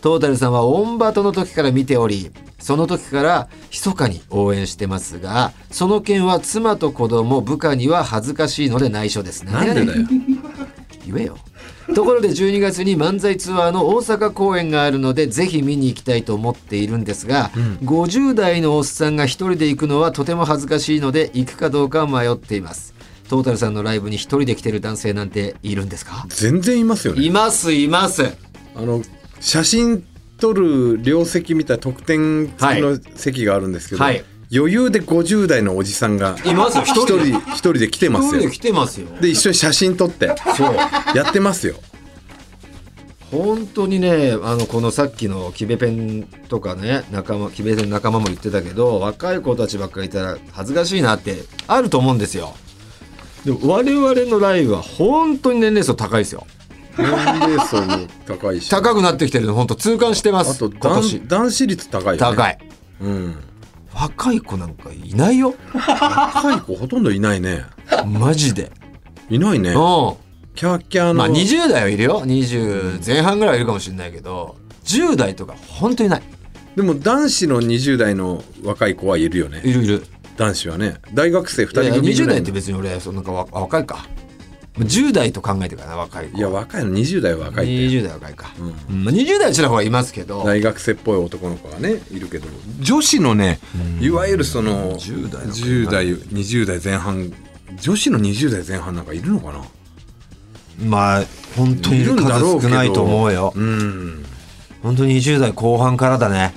[SPEAKER 2] トータルさんはオンバトの時から見ており、その時から密かに応援してますが、その件は妻と子供、部下には恥ずかしいので内緒ですね。
[SPEAKER 3] なんでだよ
[SPEAKER 2] 言えよところで12月に漫才ツアーの大阪公演があるのでぜひ見に行きたいと思っているんですが、50代のおっさんが一人で行くのはとても恥ずかしいので行くかどうか迷っていますトータルさんのライブに一人で来てる男性なんているんですか
[SPEAKER 3] 全然いますよね
[SPEAKER 2] いますいます
[SPEAKER 3] あの写真撮る両席みたいな特典付きの席があるんですけど、
[SPEAKER 2] はい
[SPEAKER 3] 余裕で50代のおじさんが
[SPEAKER 2] いますよ一
[SPEAKER 3] 一
[SPEAKER 2] 人
[SPEAKER 3] 人
[SPEAKER 2] で
[SPEAKER 3] 一人で来てま
[SPEAKER 2] 一
[SPEAKER 3] す
[SPEAKER 2] 人
[SPEAKER 3] よ
[SPEAKER 2] で来てますよ
[SPEAKER 3] で一緒に写真撮って
[SPEAKER 2] そう
[SPEAKER 3] やってますよ
[SPEAKER 2] 本当にねあのこのさっきのキベペンとかね仲間キベペンの仲間も言ってたけど若い子たちばっかりいたら恥ずかしいなってあると思うんですよでも我々のライブは本当に年齢層高いですよ
[SPEAKER 3] 年齢層も高いし
[SPEAKER 2] 高くなってきてるの本当痛感してま
[SPEAKER 3] あ
[SPEAKER 2] す
[SPEAKER 3] と
[SPEAKER 2] 今
[SPEAKER 3] 男
[SPEAKER 2] 年
[SPEAKER 3] 男子率高いよね
[SPEAKER 2] 高い
[SPEAKER 3] うん
[SPEAKER 2] 若い子なんかいないよ
[SPEAKER 3] 若い子ほとんどいないね
[SPEAKER 2] マジで
[SPEAKER 3] いないね
[SPEAKER 2] うん
[SPEAKER 3] キャーキャーの、
[SPEAKER 2] まあ20代はいるよ20前半ぐらいはいるかもしれないけど10代とか本当にない
[SPEAKER 3] でも男子の20代の若い子はいるよね
[SPEAKER 2] いるいる
[SPEAKER 3] 男子はね大学生2人
[SPEAKER 2] いや
[SPEAKER 3] 組ぐ
[SPEAKER 2] 20
[SPEAKER 3] ら
[SPEAKER 2] 代
[SPEAKER 3] い
[SPEAKER 2] って
[SPEAKER 3] の
[SPEAKER 2] 別に俺そのなんかわ若いか10代と考えてるからな若い子
[SPEAKER 3] いや若いの20代は若いって
[SPEAKER 2] 20代は若いか、うんまあ、20代ちらほらいますけど
[SPEAKER 3] 大学生っぽい男の子がねいるけど女子のねいわゆるその
[SPEAKER 2] 10代の子
[SPEAKER 3] 10代20代前半女子の20代前半なんかいるのかな
[SPEAKER 2] まあ本当に
[SPEAKER 3] いるんだろう
[SPEAKER 2] 数
[SPEAKER 3] けど
[SPEAKER 2] 少ないと思うよ
[SPEAKER 3] うん
[SPEAKER 2] 本当に20代後半からだね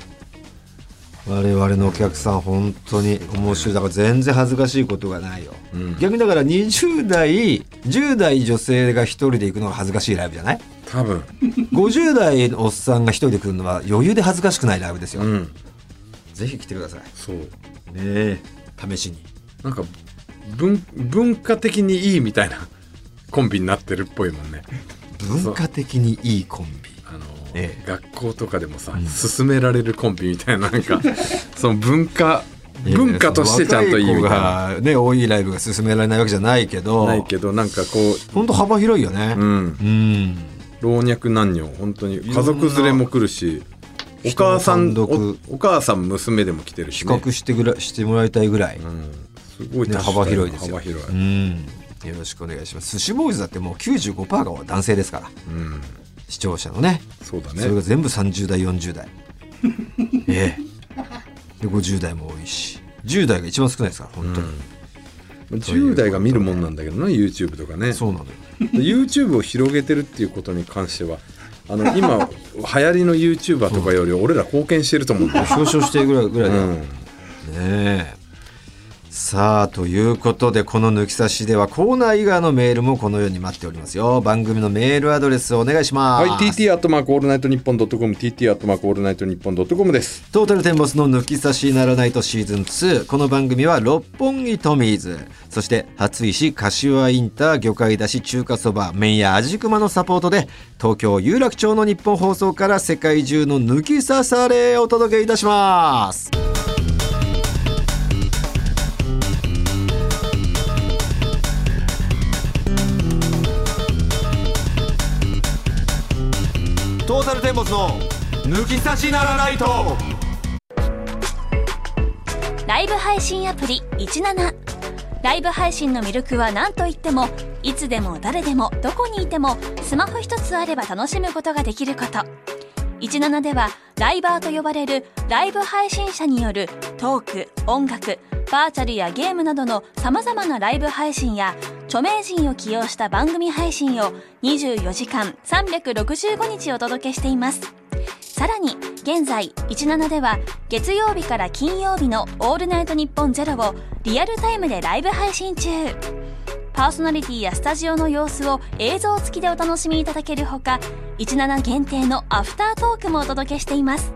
[SPEAKER 2] 我々のお客さん本当に面白いだから全然恥ずかしいことがないよ、逆にだから20代10代女性が一人で行くのが恥ずかしいライブじゃない
[SPEAKER 3] 多分
[SPEAKER 2] 50代のおっさんが一人で来るのは余裕で恥ずかしくないライブですよ、
[SPEAKER 3] うん
[SPEAKER 2] ぜひ来てください
[SPEAKER 3] そう
[SPEAKER 2] ねえ試しに
[SPEAKER 3] なんか文文化的にいいみたいなコンビになってるっぽいもんね
[SPEAKER 2] 文化的にいいコンビ
[SPEAKER 3] あの、
[SPEAKER 2] ええ
[SPEAKER 3] 学校とかでもさ、勧められるコンビみたいなな
[SPEAKER 2] [laughs]
[SPEAKER 3] んかその文化文化としてちゃんといいみたいな
[SPEAKER 2] 若い子がね多いライブが進められないわけじゃないけど
[SPEAKER 3] ないけどなんかこ
[SPEAKER 2] 本当幅広いよね
[SPEAKER 3] う、うん、
[SPEAKER 2] うん、
[SPEAKER 3] 老若男女本当に
[SPEAKER 2] ん
[SPEAKER 3] 家
[SPEAKER 2] な
[SPEAKER 3] 族連れも来るしお
[SPEAKER 2] 人の
[SPEAKER 3] 母さん
[SPEAKER 2] 単独
[SPEAKER 3] おお母さん娘でも来てる
[SPEAKER 2] 比
[SPEAKER 3] し、ね
[SPEAKER 2] 較してぐらしてもらいたいぐらい、
[SPEAKER 3] うん、すごい
[SPEAKER 2] ね
[SPEAKER 3] 多種
[SPEAKER 2] 幅広いですよ
[SPEAKER 3] 幅広い、
[SPEAKER 2] うんよろしくお願いします寿司ボーイズだってもう95%が男性ですから
[SPEAKER 3] うん
[SPEAKER 2] 視聴者のね
[SPEAKER 3] そうだ
[SPEAKER 2] それが
[SPEAKER 3] ね
[SPEAKER 2] 全部30代40代 [laughs] ええで50代も多いし10代が一番少ないですから本当に、
[SPEAKER 3] 10代が見るもんなんだけどな YouTube とかね
[SPEAKER 2] そうなのよ
[SPEAKER 3] YouTube を広げてるっていうことに関してはあ
[SPEAKER 2] [laughs]
[SPEAKER 3] の今流行りの YouTuber とかより俺ら貢献してると思うんだよ、
[SPEAKER 2] 表彰してるぐらいぐらいだ
[SPEAKER 3] う
[SPEAKER 2] よ、
[SPEAKER 3] ん、
[SPEAKER 2] ねえさあということでこの抜き差しではコーナー以外のメールもこのように待っておりますよ番組のメールアドレスをお願いします、
[SPEAKER 3] はい TT アットマークオールナイトニッポンドットコム TT アットマークオールナイトニッポンドットコムです
[SPEAKER 2] トータルテンボスの抜き差しならないとシーズン2。この番組は六本木トミーズ、そして初石、柏インター、魚介だし、中華そば、麺屋味熊のサポートで、東京有楽町の日本放送から世界中の抜き差されをお届けいたします。トータルテンボスの抜き差しならないと
[SPEAKER 1] ライブ配信アプリ17ライブ配信の魅力は何といってもいつでも誰でもどこにいてもスマホ一つあれば楽しむことができること17ではライバーと呼ばれるライブ配信者によるトーク音楽バーチャルやゲームなどのさまざまなライブ配信や著名人を起用した番組配信を24時間365日お届けしていますさらに現在17では月曜日から金曜日の「オールナイトニッポンゼロをリアルタイムでライブ配信中パーソナリティやスタジオの様子を映像付きでお楽しみいただけるほか17限定のアフタートークもお届けしています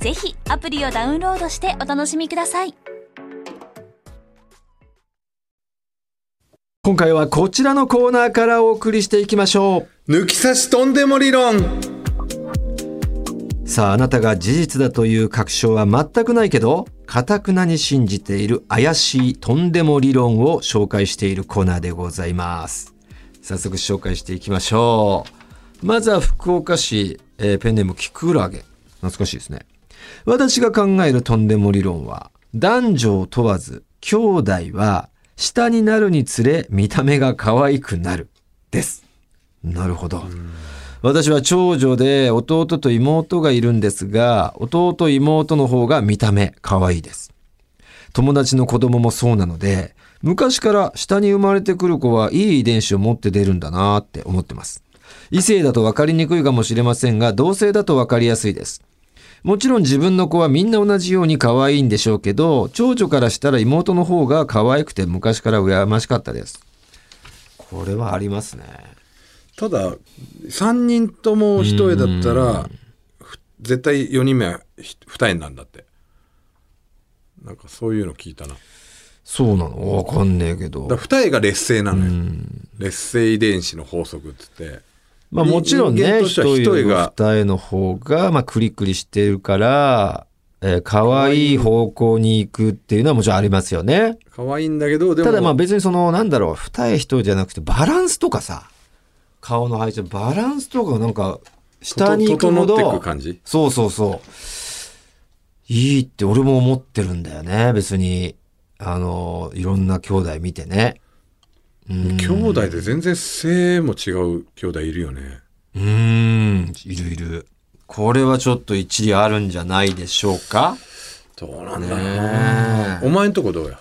[SPEAKER 1] ぜひアプリをダウンロードしてお楽しみください
[SPEAKER 2] 今回はこちらのコーナーからお送りしていきましょう
[SPEAKER 3] 抜き差しとんでも理論
[SPEAKER 2] さああなたが事実だという確証は全くないけど、かたくなに信じている怪しいとんでも理論を紹介しているコーナーでございます。早速紹介していきましょう。まずは福岡市、えーペンネームキクラゲ。懐かしいですね。私が考えるとんでも理論は、男女を問わず、兄弟は下になるにつれ見た目が可愛くなる。です。なるほど。私は長女で弟と妹がいるんですが、弟妹の方が見た目可愛いです。友達の子供もそうなので、昔から下に生まれてくる子はいい遺伝子を持って出るんだなーって思ってます。異性だと分かりにくいかもしれませんが、同性だと分かりやすいです。もちろん自分の子はみんな同じように可愛いんでしょうけど、長女からしたら妹の方が可愛くて昔から羨ましかったです。これはありますね。
[SPEAKER 3] ただ3人とも一重だったらふ絶対4人目はひ二重なんだってなんかそういうの聞いたなだか
[SPEAKER 2] そうなのわかんねえけど
[SPEAKER 3] ら。二重が劣勢なのよ劣勢遺伝子の法則っつって
[SPEAKER 2] まあ
[SPEAKER 3] 人
[SPEAKER 2] もちろん
[SPEAKER 3] 人間
[SPEAKER 2] ね、
[SPEAKER 3] として
[SPEAKER 2] 一
[SPEAKER 3] は
[SPEAKER 2] 重より
[SPEAKER 3] 一重が
[SPEAKER 2] 二重の方が、まあクリクリしてるから、えー可愛い方向に行くっていうのはもちろんありますよね。
[SPEAKER 3] 可愛いんだけどでも
[SPEAKER 2] ただまあ別にその、なんだろう、二重一重じゃなくてバランスとかさ、顔の配置、バランスとかなんか、下に行くほ
[SPEAKER 3] と整って
[SPEAKER 2] ど
[SPEAKER 3] く感じ、
[SPEAKER 2] そうそうそう。いいって俺も思ってるんだよね、別に。あの、いろんな兄弟見てね。うん
[SPEAKER 3] 兄弟で全然性も違う兄弟いるよね
[SPEAKER 2] うーん、いるいる。これはちょっと一理あるんじゃないでしょうか
[SPEAKER 3] どうなん
[SPEAKER 2] ね
[SPEAKER 3] だろうな
[SPEAKER 2] え
[SPEAKER 3] お前んとこどうや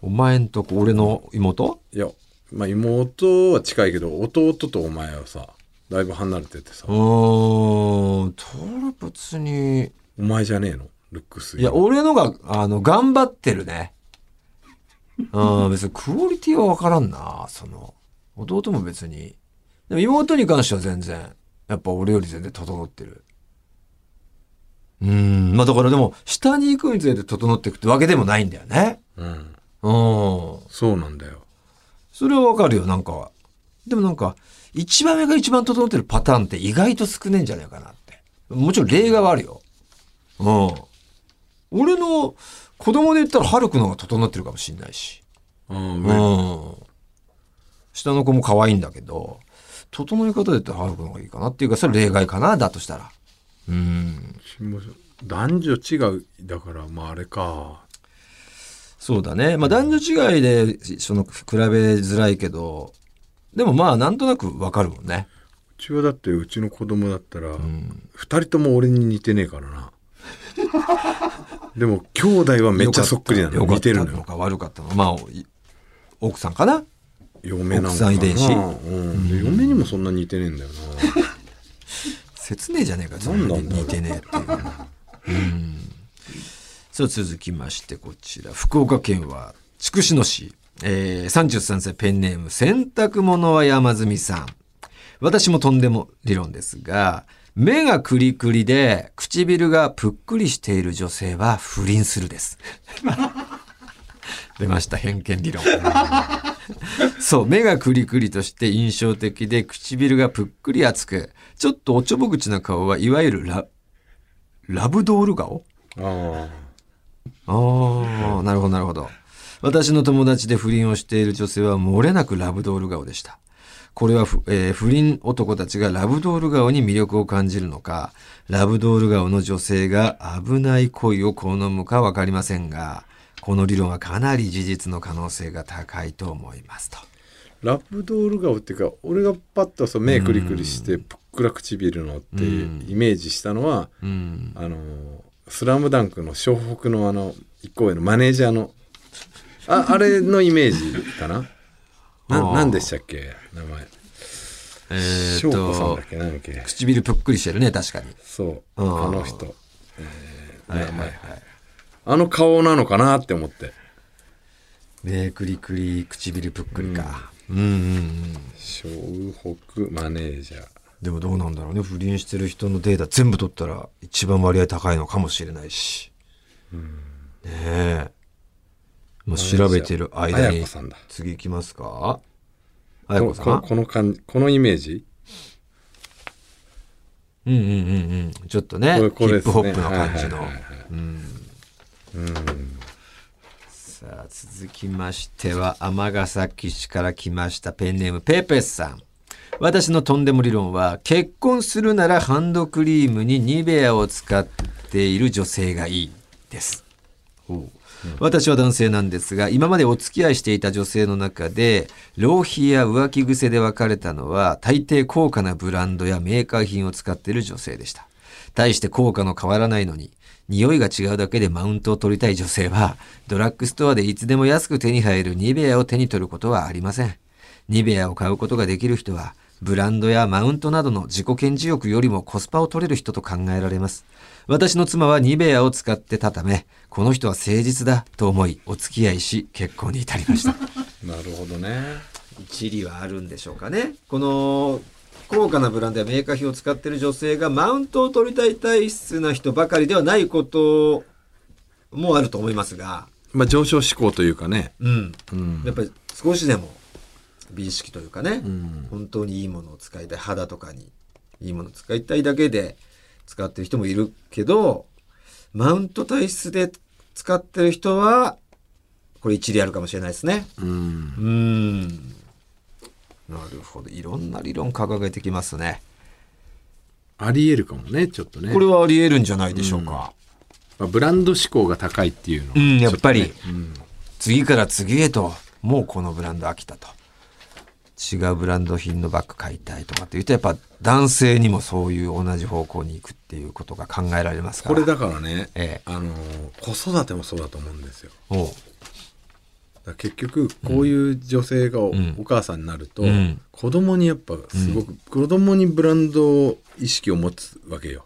[SPEAKER 2] お前んとこ、俺の妹
[SPEAKER 3] いやまあ妹は近いけど弟とお前はさだいぶ離れててさ
[SPEAKER 2] うーん、トルプツに、
[SPEAKER 3] お前じゃねえのルックス
[SPEAKER 2] いや、俺のが、あの、頑張ってる [laughs] ね。うん、別にクオリティはわからんな、その。弟も別に。でも妹に関しては全然、やっぱ俺より全然整ってる。うん、まあだからでも、下に行くにつれて整っていくってわけでもないんだよね。
[SPEAKER 3] うん
[SPEAKER 2] うん。
[SPEAKER 3] そうなんだよ
[SPEAKER 2] それはわかるよ、なんか。でもなんか、一番目が一番整ってるパターンって意外と少ねえんじゃないかなって。もちろん例外はあるよ。うん。俺の子供で言ったらハルクの方が整ってるかもしんないし。
[SPEAKER 3] うん
[SPEAKER 2] う
[SPEAKER 3] 上
[SPEAKER 2] ん。下の子も可愛いんだけど、整え方で言ったらハルクの方がいいかなっていうか、それ例外かな、だとしたら。うん。
[SPEAKER 3] 男女違うだからまああれか
[SPEAKER 2] そうだね。まあ男女違いで、その、比べづらいけど、でもまあなんとなくわかるもんね。
[SPEAKER 3] うちはだってうちの子供だったら、二2人とも俺に似てねえから
[SPEAKER 2] [laughs]
[SPEAKER 3] なでも兄弟はめっちゃそっくりなの
[SPEAKER 2] よか
[SPEAKER 3] 似
[SPEAKER 2] った
[SPEAKER 3] てる
[SPEAKER 2] よ
[SPEAKER 3] の
[SPEAKER 2] か
[SPEAKER 3] よ
[SPEAKER 2] ったのか悪かったのか。まあ、おい奥さんかな
[SPEAKER 3] 嫁なの
[SPEAKER 2] 奥さ
[SPEAKER 3] かなん
[SPEAKER 2] 遺伝子
[SPEAKER 3] うんで嫁にもそんな似てねえんだよな
[SPEAKER 2] 説明じゃねえか、そ
[SPEAKER 3] なん
[SPEAKER 2] ん
[SPEAKER 3] だ
[SPEAKER 2] な
[SPEAKER 3] ろう
[SPEAKER 2] に似てねえっていう。うん。そう、続きまして、こちら。福岡県は、筑紫野市。えー、33歳ペンネーム、洗濯物は山積みさん。私もとんでも理論ですが、目がクリクリで、唇がぷっくりしている女性は不倫するです。出ました、偏見理論。そう、目がクリクリとして印象的で、唇がぷっくり厚く、ちょっとおちょぼ口な顔はいわゆるラ、ラブドール顔 [laughs]
[SPEAKER 3] あ
[SPEAKER 2] ああ、なるほど、なるほど。私の友達で不倫をしている女性は漏れなくラブドール顔でした。これはふ、えー不倫男たちがラブドール顔に魅力を感じるのか、ラブドール顔の女性が危ない恋を好むかわかりませんが、この理論はかなり事実の可能性が高いと思いますと。
[SPEAKER 3] ラブドール顔っていうか俺がパッとそう目クリクリしてぷっくら唇のっていうイメージしたのは、
[SPEAKER 2] うん。
[SPEAKER 3] あの「スラムダンクの湘北のあの一行へのマネージャーのああれのイメージ
[SPEAKER 2] [laughs]
[SPEAKER 3] かな
[SPEAKER 2] あ
[SPEAKER 3] な
[SPEAKER 2] ー
[SPEAKER 3] なんでしたっけ名前
[SPEAKER 2] え
[SPEAKER 3] 翔
[SPEAKER 2] ーっ
[SPEAKER 3] 子さ
[SPEAKER 2] と
[SPEAKER 3] んだっ、けなんだっけ
[SPEAKER 2] 唇ぷっくりしてるね、確かに。
[SPEAKER 3] そうあ
[SPEAKER 2] あー
[SPEAKER 3] の人、えー
[SPEAKER 2] はいは
[SPEAKER 3] 名
[SPEAKER 2] い
[SPEAKER 3] 前
[SPEAKER 2] はい。
[SPEAKER 3] あの顔なのかなって思って
[SPEAKER 2] 目くりくり、唇ぷっくりか。うん、うん、うん。
[SPEAKER 3] 湘北マネージャー
[SPEAKER 2] でもどうなんだろうね。不倫してる人のデータ全部取ったら一番割合高いのかもしれないし。ねえ。もう調べてる間
[SPEAKER 3] 綾
[SPEAKER 2] に
[SPEAKER 3] 子さんだ、
[SPEAKER 2] 次行きますかあや
[SPEAKER 3] こ
[SPEAKER 2] こさん
[SPEAKER 3] ここの感じこのイメージ
[SPEAKER 2] うんうんうんうん。ちょっとね、
[SPEAKER 3] これこ
[SPEAKER 2] ヒッ
[SPEAKER 3] れです
[SPEAKER 2] プ
[SPEAKER 3] ね
[SPEAKER 2] ホップの感じの
[SPEAKER 3] はいはいはいはい。
[SPEAKER 2] うんさあ、続きましては、尼崎市から来ましたペンネームペーペスさん。私のとんでも理論は、結婚するならハンドクリームにニベアを使っている女性がいいです。私は男性なんですが今までお付き合いしていた女性の中で浪費や浮気癖で別れたのは大抵高価なブランドやメーカー品を使っている女性でした対して高価の変わらないのに匂いが違うだけでマウントを取りたい女性はドラッグストアでいつでも安く手に入るニベアを手に取ることはありませんニベアを買うことができる人は、ブランドやマウントなどの自己顕示欲よりもコスパを取れる人と考えられます。私の妻はニベアを使ってたため、この人は誠実だと思い、お付き合いし、結婚に至りました。
[SPEAKER 3] なるほどね
[SPEAKER 2] 一理はあるんでしょうかね。この、高価なブランドやメーカー品を使っている女性がマウントを取りたい体質な人ばかりではないこともあると思いますが、
[SPEAKER 3] まあ上昇志向というかね
[SPEAKER 2] うん。
[SPEAKER 3] うん
[SPEAKER 2] やっぱり少しでも美意識というかね、
[SPEAKER 3] ん
[SPEAKER 2] 本当にいいものを使いたい肌とかにいいものを使いたいだけで使ってる人もいるけどマウント体質で使ってる人はこれ一理あるかもしれないですね。
[SPEAKER 3] うん
[SPEAKER 2] うんなるほどいろんな理論掲げてきますね。
[SPEAKER 3] ありえるかもねちょっとね
[SPEAKER 2] これはありえるんじゃないでしょうか。
[SPEAKER 3] まあ、ブランド志向が高いっていうのは
[SPEAKER 2] うんやっぱり
[SPEAKER 3] ちょとねうん
[SPEAKER 2] 次から次へともうこのブランド飽きたと違うブランド品のバッグ買いたいとかって言うとやっぱ男性にもそういう同じ方向に行くっていうことが考えられますから
[SPEAKER 3] これだからね、
[SPEAKER 2] ええ
[SPEAKER 3] あのー子育てもそうだと思うんですよ
[SPEAKER 2] おう
[SPEAKER 3] だから結局こういう女性がお,、
[SPEAKER 2] ん
[SPEAKER 3] 母さんになると、
[SPEAKER 2] うん
[SPEAKER 3] 子供にやっぱすごく、子供にブランド意識を持つわけよ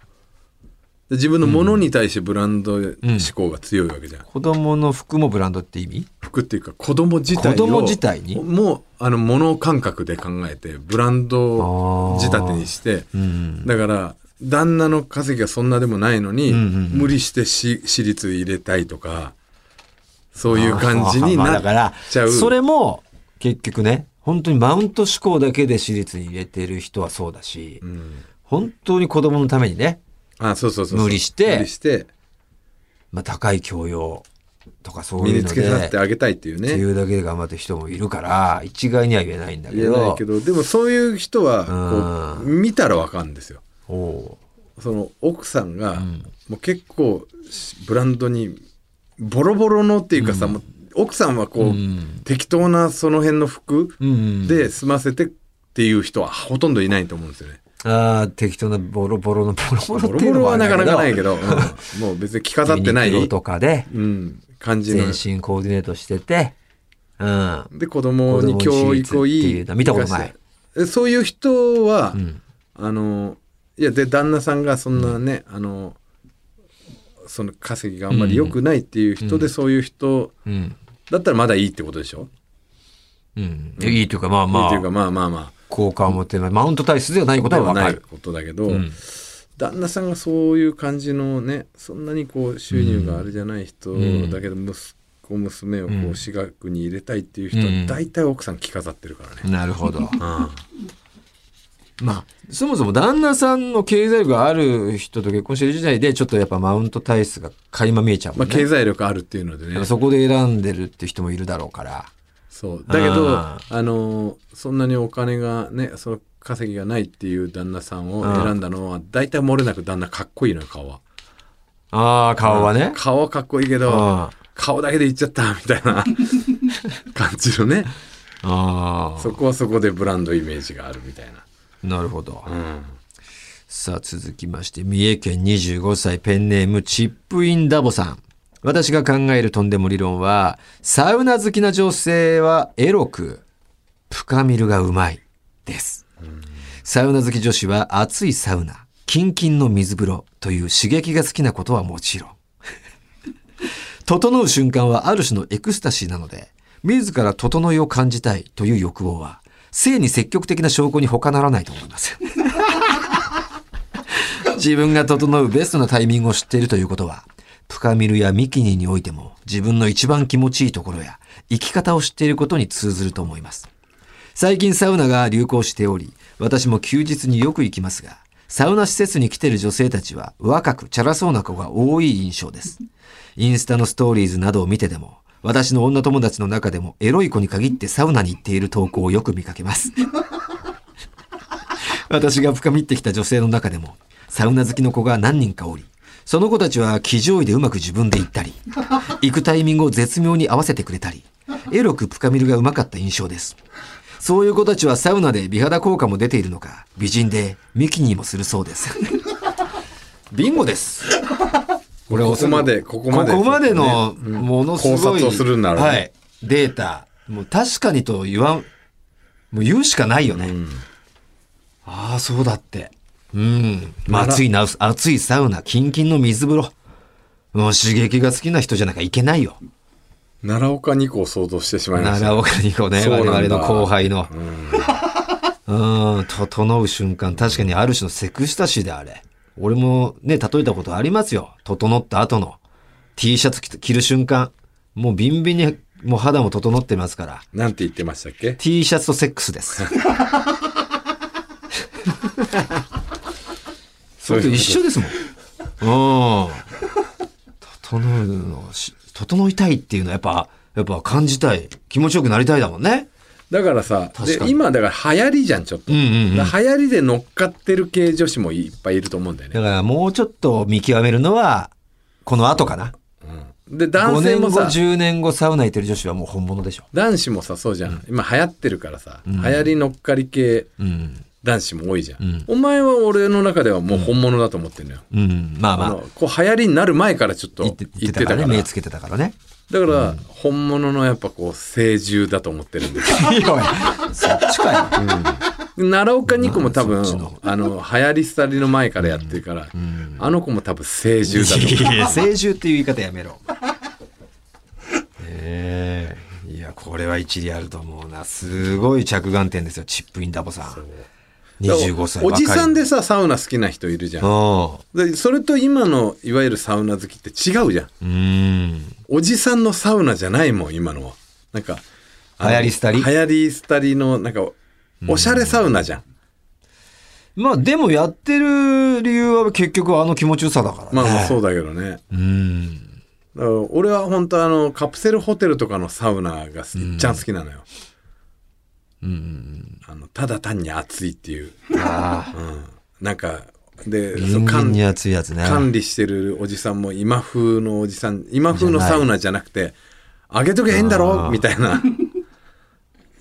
[SPEAKER 3] で自分のものに対してブランド
[SPEAKER 2] ん
[SPEAKER 3] 志向が強いわけじゃん、
[SPEAKER 2] 子供の服もブランドって意味
[SPEAKER 3] 服っていうか子供自体を
[SPEAKER 2] 子供自体に
[SPEAKER 3] もうあの物感覚で考えてブランド仕立てにして、
[SPEAKER 2] ん
[SPEAKER 3] だから旦那の稼ぎがそんなでもないのに、
[SPEAKER 2] うんうんうん
[SPEAKER 3] 無理してし私立入れたいとかそういう感じに
[SPEAKER 2] まあ
[SPEAKER 3] な
[SPEAKER 2] だから
[SPEAKER 3] っちゃう
[SPEAKER 2] それも結局ね本当にマウント志向だけで私立に入れてる人はそうだし、
[SPEAKER 3] うん
[SPEAKER 2] 本当に子供のためにね、
[SPEAKER 3] あそうそうそうそう
[SPEAKER 2] 無理して
[SPEAKER 3] 無理して
[SPEAKER 2] まあ、高い教養とかそう
[SPEAKER 3] 身
[SPEAKER 2] いう
[SPEAKER 3] に
[SPEAKER 2] の
[SPEAKER 3] つ
[SPEAKER 2] で
[SPEAKER 3] けさせてあげたいっていう
[SPEAKER 2] ってい
[SPEAKER 3] ね
[SPEAKER 2] うだけで頑張ってる人もいるから一概には言えないんだけ
[SPEAKER 3] 言え
[SPEAKER 2] ど
[SPEAKER 3] ないけどでもそういう人はこう見たらわかるんですよ
[SPEAKER 2] お
[SPEAKER 3] その奥さんが、もう結構しブランドにボロボロのっていうかさ、もう奥さんはこう、
[SPEAKER 2] ん
[SPEAKER 3] 適当なその辺の服
[SPEAKER 2] う、うん、
[SPEAKER 3] で済ませてっていう人はほとんどいないと思うんですよね。
[SPEAKER 2] ああ適当なボロボロのボロボ
[SPEAKER 3] ボ
[SPEAKER 2] ロっ
[SPEAKER 3] ロ
[SPEAKER 2] ていう
[SPEAKER 3] ボ
[SPEAKER 2] の
[SPEAKER 3] ロ
[SPEAKER 2] もあ
[SPEAKER 3] は
[SPEAKER 2] れだ
[SPEAKER 3] なかなかないけ
[SPEAKER 2] ど
[SPEAKER 3] ど、うんもう別に着飾ってない、
[SPEAKER 2] ユニクロと
[SPEAKER 3] う
[SPEAKER 2] かで
[SPEAKER 3] ん、感じ
[SPEAKER 2] 全
[SPEAKER 3] の。
[SPEAKER 2] 身コーディネートしててうん
[SPEAKER 3] で子供に教育を
[SPEAKER 2] 子供に私立ってい
[SPEAKER 3] いいう
[SPEAKER 2] のは見たことない
[SPEAKER 3] でそういう人は、
[SPEAKER 2] ん
[SPEAKER 3] あのいやで旦那さんがそんなね、あのその稼ぎがあんまり良くないっていう人で、そういう人
[SPEAKER 2] うん
[SPEAKER 3] だったらまだいいってことでしょ、
[SPEAKER 2] うん、いいというかまあ
[SPEAKER 3] いい
[SPEAKER 2] ま
[SPEAKER 3] っていうか
[SPEAKER 2] あ
[SPEAKER 3] まあまあま
[SPEAKER 2] 効果を持ってないマウント体質ではない
[SPEAKER 3] あ
[SPEAKER 2] ことは分
[SPEAKER 3] では
[SPEAKER 2] か
[SPEAKER 3] ない
[SPEAKER 2] る
[SPEAKER 3] ことだけど、
[SPEAKER 2] うん
[SPEAKER 3] 旦那さんがそういう感じのねそんなにこう収入があれじゃない人
[SPEAKER 2] うん
[SPEAKER 3] だけど息子娘をこ
[SPEAKER 2] うん
[SPEAKER 3] う私学に入れたいっていう人
[SPEAKER 2] うん
[SPEAKER 3] は大体奥さん着飾ってるからね。
[SPEAKER 2] なるほど
[SPEAKER 3] あ
[SPEAKER 2] まあ、 [laughs] そもそも旦那さんの経済力がある人と結婚してる時代で、ちょっとやっぱマウント体質が垣間見えちゃう
[SPEAKER 3] ま
[SPEAKER 2] も
[SPEAKER 3] あ、
[SPEAKER 2] んね。
[SPEAKER 3] 経済力あるっていうので
[SPEAKER 2] やっ
[SPEAKER 3] ね
[SPEAKER 2] ぱそこで選んでるって人もいるだろうから。
[SPEAKER 3] そうだけど
[SPEAKER 2] あ
[SPEAKER 3] あのそんなにお金がねその稼ぎがないっていう旦那さんを選んだのは大体漏れなく旦那かっこいいのよ顔は
[SPEAKER 2] ああ、顔はね。
[SPEAKER 3] 顔はかっこいいけ
[SPEAKER 2] あ
[SPEAKER 3] ど顔だけで言っちゃったみた
[SPEAKER 2] [laughs]
[SPEAKER 3] いな感じのね
[SPEAKER 2] あ
[SPEAKER 3] そこはそこでブランドイメージがあるみたいな
[SPEAKER 2] あ、なるほど。さあ、続きまして、三重県25歳ペンネームチップインダボさん。私が考えるとんでも理論は、サウナ好きな女性はエロく、プカミルがうまい、です。サウナ好き女子は熱いサウナ、キンキンの水風呂という刺激が好きなことはもちろん。 [laughs] 整う瞬間はある種のエクスタシーなので、自ら整いを感じたいという欲望は、性に積極的な証拠に他ならないと思います。自分が整うベストなタイミングを知っているということは、プカミルやミキニにおいても自分の一番気持ちいいところや生き方を知っていることに通ずると思います。最近サウナが流行しており、私も休日によく行きますが、サウナ施設に来ている女性たちは若くチャラそうな子が多い印象です。インスタのストーリーズなどを見てでも、私の女友達の中でもエロい子に限ってサウナに行っている投稿をよく見かけます。 [laughs] 私が深みってきた女性の中でも、サウナ好きの子が何人かおり、その子たちは気乗位でうまく自分で行ったり、行くタイミングを絶妙に合わせてくれたり、エロくプカミルがうまかった印象です。そういう子たちはサウナで美肌効果も出ているのか、美人でミキニもするそうです。ビンゴです。これ
[SPEAKER 3] ここまでここまで
[SPEAKER 2] ここまでのものすごい、
[SPEAKER 3] 考察をするんだろうね
[SPEAKER 2] はい、データもう確かにと言わんもう言うしかないよね、ああそうだってうん、まあ、
[SPEAKER 3] なら
[SPEAKER 2] 暑いな暑いサウナキンキンの水風呂もう刺激が好きな人じゃなきゃいけないよ
[SPEAKER 3] 奈良岡2個を想像してしまいました
[SPEAKER 2] 奈良岡にこうね
[SPEAKER 3] そうな
[SPEAKER 2] 我
[SPEAKER 3] んだ
[SPEAKER 2] 々の後輩の [laughs] うん整う瞬間確かにある種のセクシタシーであれ俺もね例えたことありますよ整った後の T シャツ着着る瞬間もうビンビンにもう肌も整ってますから
[SPEAKER 3] なんて言ってましたっけ
[SPEAKER 2] T シャツとセックスですそれと一緒ですもん。うん。整うのし、整いたいっていうのはやっぱ、やっぱ感じたい。気持ちよくなりたいだもんね。
[SPEAKER 3] だからさ
[SPEAKER 2] 確
[SPEAKER 3] で
[SPEAKER 2] かに
[SPEAKER 3] 今だから流行りじゃんちょっと、
[SPEAKER 2] うんうんうん
[SPEAKER 3] だから流行りで乗っかってる系女子もいっぱいいると思うんだよ
[SPEAKER 2] だ
[SPEAKER 3] ね、
[SPEAKER 2] からもうちょっと見極めるのは、この後かな。
[SPEAKER 3] うん、で
[SPEAKER 2] 5
[SPEAKER 3] 男性
[SPEAKER 2] 年後、
[SPEAKER 3] もさ
[SPEAKER 2] 10年後サウナ行ってる女子はもう本物でしょ。
[SPEAKER 3] 男子もさそうじゃん、今流行ってるからさ、流行り乗っかり系
[SPEAKER 2] うん。
[SPEAKER 3] 男子も多いじゃん、
[SPEAKER 2] ん
[SPEAKER 3] お前は俺の中ではもう本物だと思ってるのよ、
[SPEAKER 2] うん。まあ
[SPEAKER 3] あ
[SPEAKER 2] ま
[SPEAKER 3] の
[SPEAKER 2] あ、
[SPEAKER 3] こう流行りになる前からちょっと
[SPEAKER 2] 言っ
[SPEAKER 3] 言ってて
[SPEAKER 2] 言って
[SPEAKER 3] た
[SPEAKER 2] たか
[SPEAKER 3] からら
[SPEAKER 2] ね。目つけてたからね。
[SPEAKER 3] だから本物のやっぱこう清獣だと思ってる
[SPEAKER 2] [laughs]
[SPEAKER 3] んです
[SPEAKER 2] [laughs]
[SPEAKER 3] よ
[SPEAKER 2] いいよ、おいそっちかよ。
[SPEAKER 3] で奈良岡二個も多分、
[SPEAKER 2] そっちの方
[SPEAKER 3] あの流行り廃りの前からやってるから、あの子も多分清獣だと思
[SPEAKER 2] [laughs]
[SPEAKER 3] う
[SPEAKER 2] いや青春っていう言い方やめろ。ええいや、これは一理あると思うな。すごい着眼点ですよ、チップインダボさん。25歳
[SPEAKER 3] おじさん
[SPEAKER 2] で。
[SPEAKER 3] でさサウナ好きな人いるじゃ
[SPEAKER 2] うん
[SPEAKER 3] でそれと今のいわゆるサウナ好きって違うじゃん
[SPEAKER 2] ん。うん。
[SPEAKER 3] おじさんのサウナじゃないもん今のはなんかあの
[SPEAKER 2] 流行り廃り
[SPEAKER 3] 流行り廃りのなんかおしゃれサウナじゃん、
[SPEAKER 2] まあ、でもやってる理由は結局あの気持ちよさだからね。。
[SPEAKER 3] まあまあそううだけどね、
[SPEAKER 2] うん。
[SPEAKER 3] だから俺は本当あのカプセルホテルとかのサウナがすいっちゃん好きなのよ、あのただ単に暑いっていう、
[SPEAKER 2] ああ、
[SPEAKER 3] うん、なんかで
[SPEAKER 2] 人
[SPEAKER 3] か
[SPEAKER 2] 間
[SPEAKER 3] ん
[SPEAKER 2] に熱いやつね。
[SPEAKER 3] 管理してるおじさんも今風のおじさん今風のサウナじゃなくてあげとけへんだ
[SPEAKER 2] あ
[SPEAKER 3] ろ
[SPEAKER 2] ー
[SPEAKER 3] みたい
[SPEAKER 2] [laughs]
[SPEAKER 3] な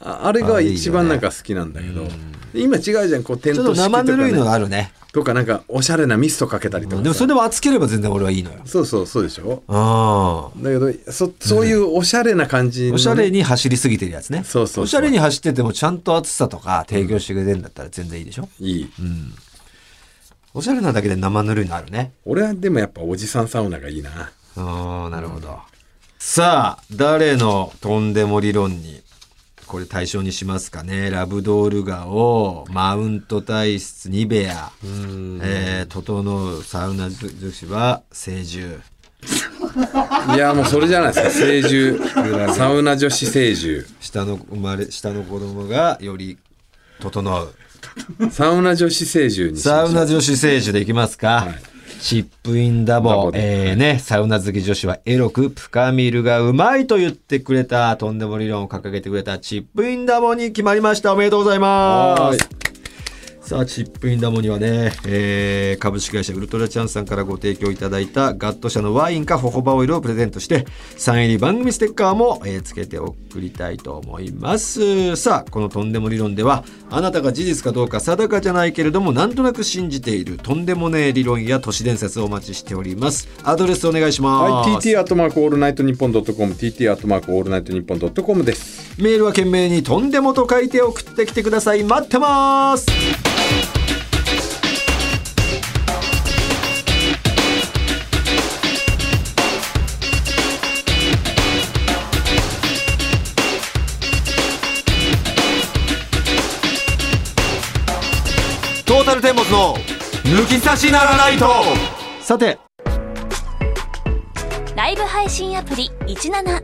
[SPEAKER 3] ああれが一番なんか好きなんだけど今違うじゃんこうテン
[SPEAKER 2] ちょっ
[SPEAKER 3] ト
[SPEAKER 2] と
[SPEAKER 3] 式とか,、
[SPEAKER 2] 生ぬるいのがあるね。
[SPEAKER 3] とかなんかおしゃれなミストかけたりと
[SPEAKER 2] で
[SPEAKER 3] か
[SPEAKER 2] も
[SPEAKER 3] さ
[SPEAKER 2] それでも熱ければ全然俺はいいのよ。
[SPEAKER 3] そうそうそうでしょ
[SPEAKER 2] ああ。
[SPEAKER 3] だけどそそういうおしゃれな感じのね
[SPEAKER 2] おしゃれに走りすぎてるやつね。
[SPEAKER 3] そうそうそう
[SPEAKER 2] おしゃれに走っててもちゃんと暑さとか提供してくれてんだったら全然いいでしょ
[SPEAKER 3] いい
[SPEAKER 2] おしゃれなだけで生ぬるいのあるね。
[SPEAKER 3] 俺はでもやっぱおじさんサウナがいいな
[SPEAKER 2] うーん、なるほど。さあ、誰のとんでも理論に、これ対象にしますかね。ラブドールガオ、マウント体質、ニベア、えー、整うサウナ女子は、成獣。
[SPEAKER 3] いやもうそれじゃないですか清
[SPEAKER 2] [laughs]
[SPEAKER 3] 獣サウナ女子清獣
[SPEAKER 2] 下の生まれ、下の子供がより整う。
[SPEAKER 3] サウナ女子清獣にしましょ
[SPEAKER 2] サ
[SPEAKER 3] う
[SPEAKER 2] ウナ女子聖樹でいきますか。シップインダボ。
[SPEAKER 3] ダボで
[SPEAKER 2] えーね、サウナ好き女子はエロくプカミルがうまいと言ってくれた、とんでも理論を掲げてくれたチップインダボに決まりました。おめでとうございま
[SPEAKER 3] は
[SPEAKER 2] す。さあ、チップインダモにはね、えー株式会社ウルトラチャンスさんからご提供いただいたガット社のワインかホホバオイルをプレゼントして、サイン入り番組ステッカーも、えーつけて送りたいと思います。さあ、このとんでも理論では、あなたが事実かどうか定かじゃないけれども、なんとなく信じているとんでもねえ理論や都市伝説をお待ちしております。アドレスお願いします。
[SPEAKER 3] はい、TT アットマークオールナイトニッポンドットコム TT アットマークオールナイトニッポンドットコムです
[SPEAKER 2] メールは懸命にとんでもと書いて送ってきてください。待ってます。トータルテンボスの抜き差しならないと。さて、
[SPEAKER 1] ライブ配信アプリ17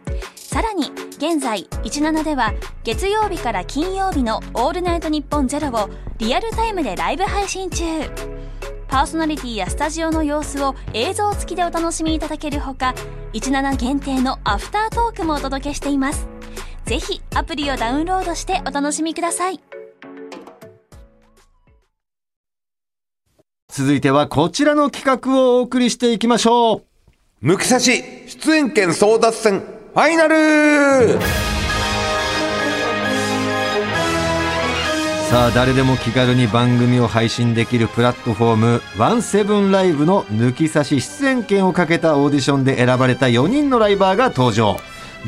[SPEAKER 1] さらに現在17では月曜日から金曜日の「オールナイトニッポンゼロをリアルタイムでライブ配信中パーソナリティやスタジオの様子を映像付きでお楽しみいただけるほか17限定のアフタートークもお届けしていますぜひアプリをダウンロードしてお楽しみください
[SPEAKER 2] 続いてはこちらの企画をお送りしていきましょう。
[SPEAKER 5] 抜き差し出演権争奪戦ファイナル
[SPEAKER 2] さあ誰でも気軽に番組を配信できるプラットフォームワンセブンライブの抜き差し出演権をかけたオーディションで選ばれた4人のライバーが登場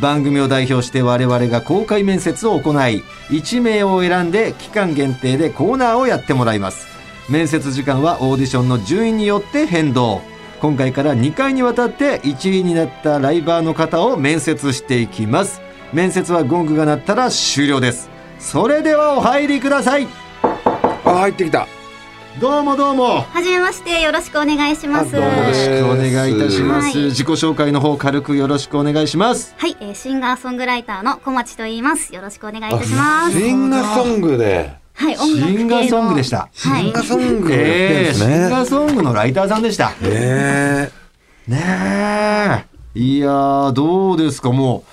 [SPEAKER 2] 番組を代表して我々が公開面接を行い1名を選んで期間限定でコーナーをやってもらいます面接時間はオーディションの順位によって変動今回から2回にわたって1位になったライバーの方を面接していきます面接はゴングが鳴ったら終了ですそれではお入りください
[SPEAKER 5] あ入ってきた
[SPEAKER 2] どうもどうも
[SPEAKER 6] はじめまして、よろしくお願いします。
[SPEAKER 5] あどうも
[SPEAKER 2] よろ
[SPEAKER 5] です
[SPEAKER 2] しくお願いいたします、
[SPEAKER 6] はい
[SPEAKER 2] 自己紹介の方軽くよろしくお願いします
[SPEAKER 6] はい、えーシンガーソングライターの小町と言います。よろしくお願いいたします。
[SPEAKER 5] シンガーソングで
[SPEAKER 6] はい、音楽系の
[SPEAKER 2] シンガーソングでし。た
[SPEAKER 6] は
[SPEAKER 5] シン
[SPEAKER 6] い
[SPEAKER 5] ガー、ソングやって
[SPEAKER 2] え
[SPEAKER 5] んで
[SPEAKER 2] ー、シ
[SPEAKER 5] す
[SPEAKER 2] ン
[SPEAKER 5] ね、
[SPEAKER 2] ガーソングのライターさんでした
[SPEAKER 5] え
[SPEAKER 2] ねえいやーどうですかも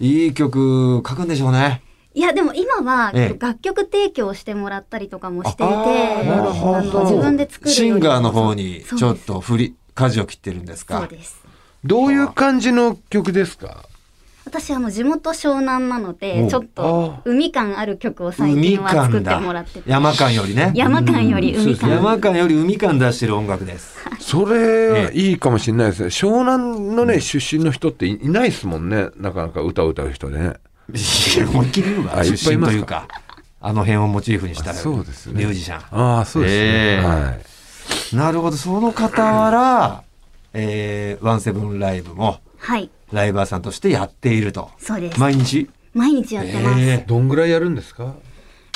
[SPEAKER 2] ういい曲書くんでしょうね
[SPEAKER 6] いやでも今は
[SPEAKER 2] ええ
[SPEAKER 6] 楽曲提供してもらったりとかもしていて、
[SPEAKER 5] あなるほど
[SPEAKER 6] あの自分で作る
[SPEAKER 2] シ
[SPEAKER 6] よ
[SPEAKER 2] ン
[SPEAKER 6] りも
[SPEAKER 2] ガーの方にち
[SPEAKER 6] そう
[SPEAKER 2] ょ
[SPEAKER 6] で
[SPEAKER 2] っ
[SPEAKER 6] す
[SPEAKER 2] と振り舵を切ってるんです
[SPEAKER 6] そう
[SPEAKER 2] か
[SPEAKER 6] です。
[SPEAKER 5] どういう感じの曲ですか
[SPEAKER 6] 私あの地元湘南なのでちょっと海感ある曲を最
[SPEAKER 2] 海
[SPEAKER 6] 近は作
[SPEAKER 2] 感
[SPEAKER 6] って
[SPEAKER 2] だ
[SPEAKER 6] もらってて
[SPEAKER 2] 山感よりね
[SPEAKER 6] 山感より海感、
[SPEAKER 2] 山感より海感出してる音楽です
[SPEAKER 5] それいいかもしれないですね湘南のね出身の人っていいないですもんねなかなか歌を歌う人でね
[SPEAKER 2] いや思いっきり言うわ
[SPEAKER 5] あいっぱい
[SPEAKER 2] 出
[SPEAKER 5] い
[SPEAKER 2] 身
[SPEAKER 5] ま
[SPEAKER 2] と
[SPEAKER 5] すか
[SPEAKER 2] いうかあの辺をモチーフにしたミ
[SPEAKER 5] そうですね
[SPEAKER 2] ュージシャン、
[SPEAKER 5] ああそうですね、
[SPEAKER 2] ええ
[SPEAKER 5] はい
[SPEAKER 2] なるほどその傍ら、えー、ワンセブンライブも
[SPEAKER 6] はい
[SPEAKER 2] ライバーさんとしてやっていると
[SPEAKER 6] そうです
[SPEAKER 2] 毎日
[SPEAKER 6] 毎日やってます、
[SPEAKER 2] え
[SPEAKER 5] どんぐらいやるんですか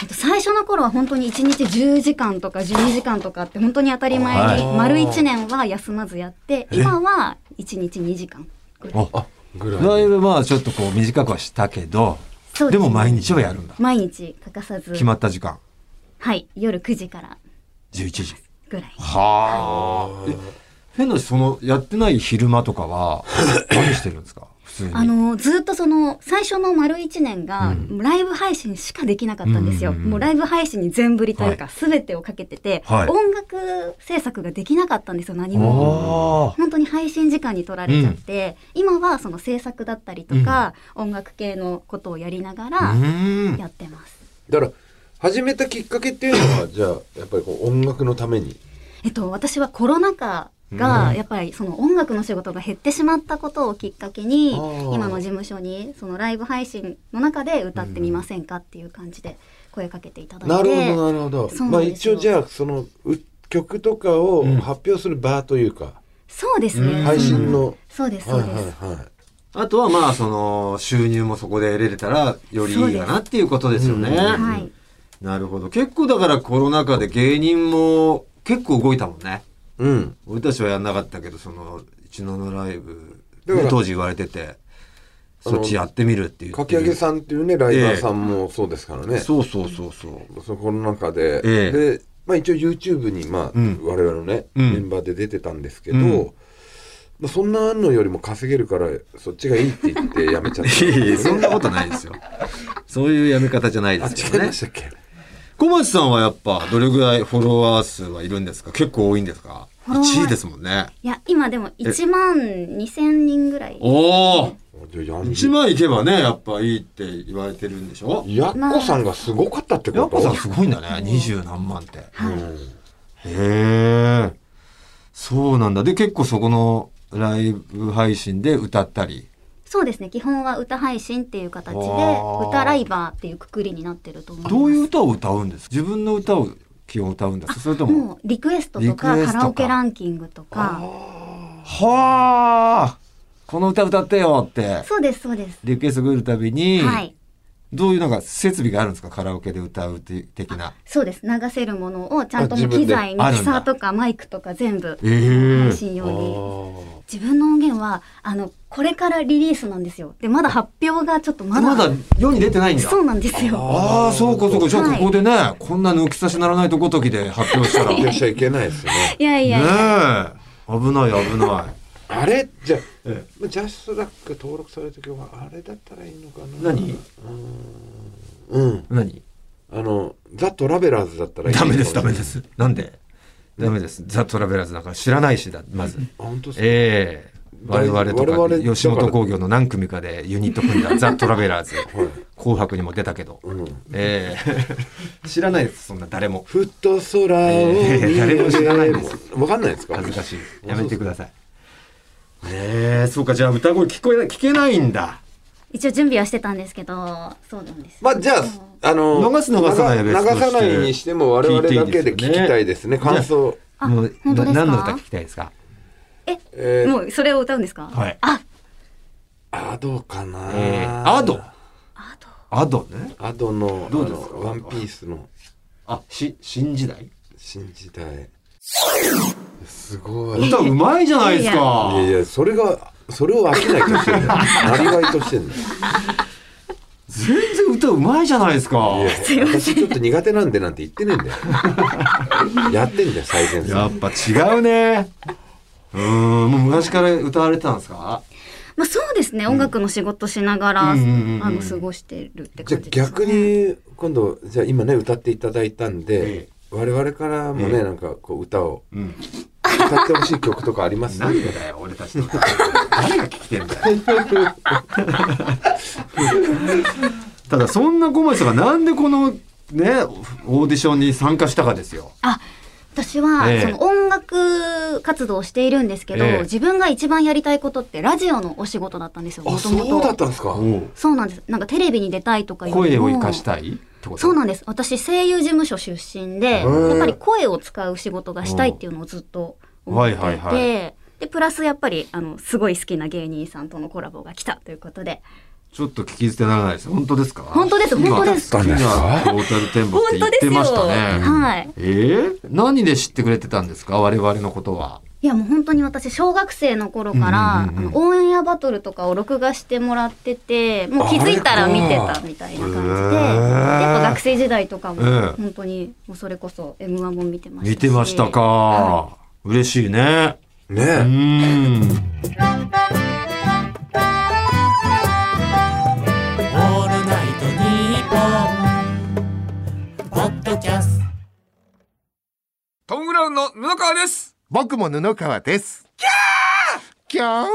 [SPEAKER 6] えっと最初の頃は本当に1日10時間とか12時間とかって本当に当たり前に
[SPEAKER 5] はい
[SPEAKER 6] 丸1年は休まずやって今は1日2時間
[SPEAKER 5] あぐ
[SPEAKER 2] ー、だいぶまあちょっとこう短くはしたけど
[SPEAKER 6] そう
[SPEAKER 2] でも毎日はやるんだ
[SPEAKER 6] 毎日欠かさず
[SPEAKER 2] 決まった時間
[SPEAKER 6] はい夜9時から
[SPEAKER 2] 11時
[SPEAKER 6] ぐらい
[SPEAKER 2] はあ変な話そのやってない昼間とかは何してるんですか普通に
[SPEAKER 6] あのずっとその最初の丸1年がライブ配信しかできなかったんですよ、
[SPEAKER 2] うんうんうん
[SPEAKER 6] もうライブ配信に全振りというか全てをかけてて、
[SPEAKER 2] はい
[SPEAKER 6] 音楽制作ができなかったんですよ何
[SPEAKER 2] あ
[SPEAKER 6] も。本当に配信時間に取られちゃって、今はその制作だったりとか、音楽系のことをやりなが
[SPEAKER 2] あう
[SPEAKER 6] ら
[SPEAKER 2] ん
[SPEAKER 6] やってます。
[SPEAKER 5] だから始めたきっかけっていうのはじゃあやっぱりこう音楽のために
[SPEAKER 6] えっと私はコロナ禍がやっぱりその音楽の仕事が減ってしまったことをきっかけに、
[SPEAKER 5] ー
[SPEAKER 6] 今の事務所にそのライブ配信の中で歌ってみませんかっていう感じで声かけていただいて、
[SPEAKER 5] なるほどなるほど
[SPEAKER 6] そう
[SPEAKER 5] ま
[SPEAKER 6] な
[SPEAKER 5] あ
[SPEAKER 6] んです
[SPEAKER 5] 一
[SPEAKER 6] よ
[SPEAKER 5] 応じゃあそのう曲とかを
[SPEAKER 2] ん
[SPEAKER 5] 発表する場というか、
[SPEAKER 6] そうですね。
[SPEAKER 5] 配信の、
[SPEAKER 6] そうですそ
[SPEAKER 5] は
[SPEAKER 6] う
[SPEAKER 5] い
[SPEAKER 6] です。
[SPEAKER 5] はいはい
[SPEAKER 2] あとはまあその収入もそこで得られたらよりいいかなっていうことですよね。
[SPEAKER 6] はい
[SPEAKER 2] なるほど。結構だからコロナ禍で芸人も結構動いたもんね。
[SPEAKER 5] うん。
[SPEAKER 2] 俺たちはやんなかったけど、その、一ノのライブ、
[SPEAKER 5] だから
[SPEAKER 2] 当時言われてて、
[SPEAKER 5] あの
[SPEAKER 2] そっちやってみるっていう。
[SPEAKER 5] かき揚げさんっていうね、ライバーさんもそうですからね。
[SPEAKER 2] そうそうそうそう。
[SPEAKER 5] そこの中で、
[SPEAKER 2] ええ
[SPEAKER 5] で、まあ一応 YouTube に、まあ、
[SPEAKER 2] うん
[SPEAKER 5] 我々のね、
[SPEAKER 2] うん
[SPEAKER 5] メンバーで出てたんですけど、
[SPEAKER 2] うん
[SPEAKER 5] まあ、そんなのよりも稼げるから、そっちがいいって言ってやめちゃっ
[SPEAKER 2] [laughs]
[SPEAKER 5] た。
[SPEAKER 2] いやいやそんなことないですよ。そういうやめ方じゃないで
[SPEAKER 5] あ、
[SPEAKER 2] す
[SPEAKER 5] 違
[SPEAKER 2] よ
[SPEAKER 5] い
[SPEAKER 2] ね
[SPEAKER 5] ま。したっけ
[SPEAKER 2] 小町さんはやっぱ、どれぐらいフォロワー数はいるんですか結構多いんですか
[SPEAKER 6] フォロワー
[SPEAKER 2] ?1 位ですもんね。
[SPEAKER 6] いや今でも1万2000人ぐらい
[SPEAKER 2] おお
[SPEAKER 5] じゃあやん
[SPEAKER 2] !1 万いけばね、やっぱいいって言われてるんでしょ
[SPEAKER 5] やっこさんがすごかったって
[SPEAKER 2] や
[SPEAKER 5] こ
[SPEAKER 2] っぱ
[SPEAKER 5] と
[SPEAKER 2] さ、すごいんだね。二十何万って。へえ。そうなんだ。で、結構そこのライブ配信で歌ったり。
[SPEAKER 6] そうですね基本は歌配信っていう形で
[SPEAKER 2] あー
[SPEAKER 6] 歌ライバーっていうくくりになってると思います
[SPEAKER 2] どういう歌を歌うんですか自分の歌を基本歌うんですかそれとも。
[SPEAKER 6] もうリクエストとか
[SPEAKER 2] リクエスト
[SPEAKER 6] カ
[SPEAKER 2] か
[SPEAKER 6] ラオケランキングとか
[SPEAKER 2] はあこの歌歌ってよって。
[SPEAKER 6] そうですそうです、
[SPEAKER 2] リクエスト来るたびに、
[SPEAKER 6] はい
[SPEAKER 2] どういうなんか設備があるんですかカラオケで歌うっていう的な。
[SPEAKER 6] そうです流せるものをちゃんとも
[SPEAKER 5] あ自
[SPEAKER 6] う
[SPEAKER 5] 分
[SPEAKER 6] 機
[SPEAKER 5] で
[SPEAKER 6] 材
[SPEAKER 2] ある
[SPEAKER 6] ミ
[SPEAKER 2] んだ
[SPEAKER 6] キサーとかマイクとか全部
[SPEAKER 2] ええ
[SPEAKER 6] 配信用に自分の音源はあのこれからリリースなんですよでまだ発表がちょっとまだ
[SPEAKER 2] まだ世に出てないんだ。
[SPEAKER 6] そうなんですよ
[SPEAKER 2] ああ、そうかそうか。じゃあここでね、こんな抜き差しならないとごときで発表したら。
[SPEAKER 5] やっちゃいけないです
[SPEAKER 2] [laughs]
[SPEAKER 5] よね。
[SPEAKER 6] いやいやいや、
[SPEAKER 2] ねえ危ない危ない
[SPEAKER 5] あれじゃあ、
[SPEAKER 2] え
[SPEAKER 5] ジャスラック登録された時はあれだったらいいのかな
[SPEAKER 2] 何
[SPEAKER 5] うん
[SPEAKER 2] 何
[SPEAKER 5] あのザ・トラベラーズだったらいい
[SPEAKER 2] ダメですダメですすなんでダメですザ・トラベラーズだから知らないしだまず
[SPEAKER 5] あ本当ですか
[SPEAKER 2] ええ我々と
[SPEAKER 5] 我
[SPEAKER 2] か
[SPEAKER 5] 々
[SPEAKER 2] 吉本興業の何組かでユニット組んだザ・トラベ [laughs] ラーズ紅白にも出たけど
[SPEAKER 5] うん
[SPEAKER 2] え [laughs] え知らないですそんな誰も
[SPEAKER 5] ふっと空を見
[SPEAKER 2] えー誰も知らないです
[SPEAKER 5] わかんないですか
[SPEAKER 2] 恥ずかしいやめてくださいねえそうかじゃあ歌声聞こえない聞けないんだ
[SPEAKER 6] 一応準備はしてたんですけどそうなんです
[SPEAKER 5] まあじゃああの
[SPEAKER 2] 流す流さないは別として
[SPEAKER 5] 流さないにしても我々だけで聞きたいですね
[SPEAKER 2] 聞いていい
[SPEAKER 5] 感
[SPEAKER 2] ですよ
[SPEAKER 5] 想
[SPEAKER 6] あ
[SPEAKER 2] もう
[SPEAKER 6] 本当ですか
[SPEAKER 2] な何の歌聞きたいですか
[SPEAKER 5] えー
[SPEAKER 6] もうそれを歌うんですか、
[SPEAKER 2] はい
[SPEAKER 6] あ
[SPEAKER 5] アドかな
[SPEAKER 2] えーアド
[SPEAKER 6] あと
[SPEAKER 2] アドね
[SPEAKER 5] アドの
[SPEAKER 2] どうですか
[SPEAKER 5] あのワンピースの
[SPEAKER 2] あし新時代
[SPEAKER 5] 新時代すごいい
[SPEAKER 2] 歌うまいじゃないですか
[SPEAKER 5] やいやそれがそれを飽きないとしてるんだよなりわいとしてるんだよ
[SPEAKER 2] 全然歌うまいじゃないですか
[SPEAKER 5] いや私ちょっと苦手なんでなんて言ってねえんだよやってんだよ最前
[SPEAKER 2] やっ
[SPEAKER 5] 線
[SPEAKER 2] ぱ違うねうーんもう昔から歌われてたんですか
[SPEAKER 6] まあそうですね、音楽の仕事しながら、
[SPEAKER 2] うんうんうんうん
[SPEAKER 6] あの過ごしてるって
[SPEAKER 5] じゃ
[SPEAKER 6] 感
[SPEAKER 5] あ
[SPEAKER 6] じです、
[SPEAKER 5] 逆
[SPEAKER 6] ね、
[SPEAKER 5] に今度じゃあ今ね歌っていただいたん
[SPEAKER 2] え
[SPEAKER 5] で
[SPEAKER 2] え
[SPEAKER 5] 我々からも
[SPEAKER 2] ええ
[SPEAKER 5] ねなんかこう歌を
[SPEAKER 2] うん
[SPEAKER 5] 歌ってほしい曲とかあります
[SPEAKER 2] なんでだよ俺たちの歌誰が聞きてんだよただそんな小町さんがなんでこのねオーディションに参加したかですよ
[SPEAKER 6] あ私は、
[SPEAKER 2] ええ
[SPEAKER 6] その音楽活動をしているんですけど、
[SPEAKER 2] ええ
[SPEAKER 6] 自分が一番やりたいことってラジオのお仕事だったんですよ
[SPEAKER 5] あ
[SPEAKER 6] もとも
[SPEAKER 5] そうだっ
[SPEAKER 6] と
[SPEAKER 5] たんですか
[SPEAKER 6] そうなんですなんかテレビに出たいとかいう
[SPEAKER 2] 声を生かした
[SPEAKER 6] い
[SPEAKER 2] いってこと
[SPEAKER 6] そうなんです私声優事務所出身で
[SPEAKER 5] ー
[SPEAKER 6] やっぱり声を使う仕事がしたいっていうのをずっと思っていて、
[SPEAKER 2] はいはい
[SPEAKER 6] でプラスやっぱりあのすごい好きな芸人さんとのコラボが来たということで
[SPEAKER 2] ちょっと聞き捨てならないです。本当ですか
[SPEAKER 6] 本当です本当です
[SPEAKER 2] 好きなトータルテンボスって言ってましたね。
[SPEAKER 6] はい
[SPEAKER 2] えー何で知ってくれてたんですか我々のことは。
[SPEAKER 6] いやもう本当に私小学生の頃か
[SPEAKER 2] う
[SPEAKER 6] ら、
[SPEAKER 2] んうんうんうん
[SPEAKER 6] あのオンエアバトルとかを録画してもらっててもう気づいたら見てたみたいな感じで、
[SPEAKER 2] へー
[SPEAKER 6] やっぱ学生時代とかも
[SPEAKER 2] うん
[SPEAKER 6] 本当にもうそれこそ m 1も見てました
[SPEAKER 2] 見
[SPEAKER 6] し
[SPEAKER 2] てましたか、
[SPEAKER 6] は
[SPEAKER 2] 嬉しいね。うん。
[SPEAKER 5] ね
[SPEAKER 7] 「オールナイトニッポン」「ポッドキャスト」
[SPEAKER 8] トム・ブラウンの布川です僕も布川ですキャーキャ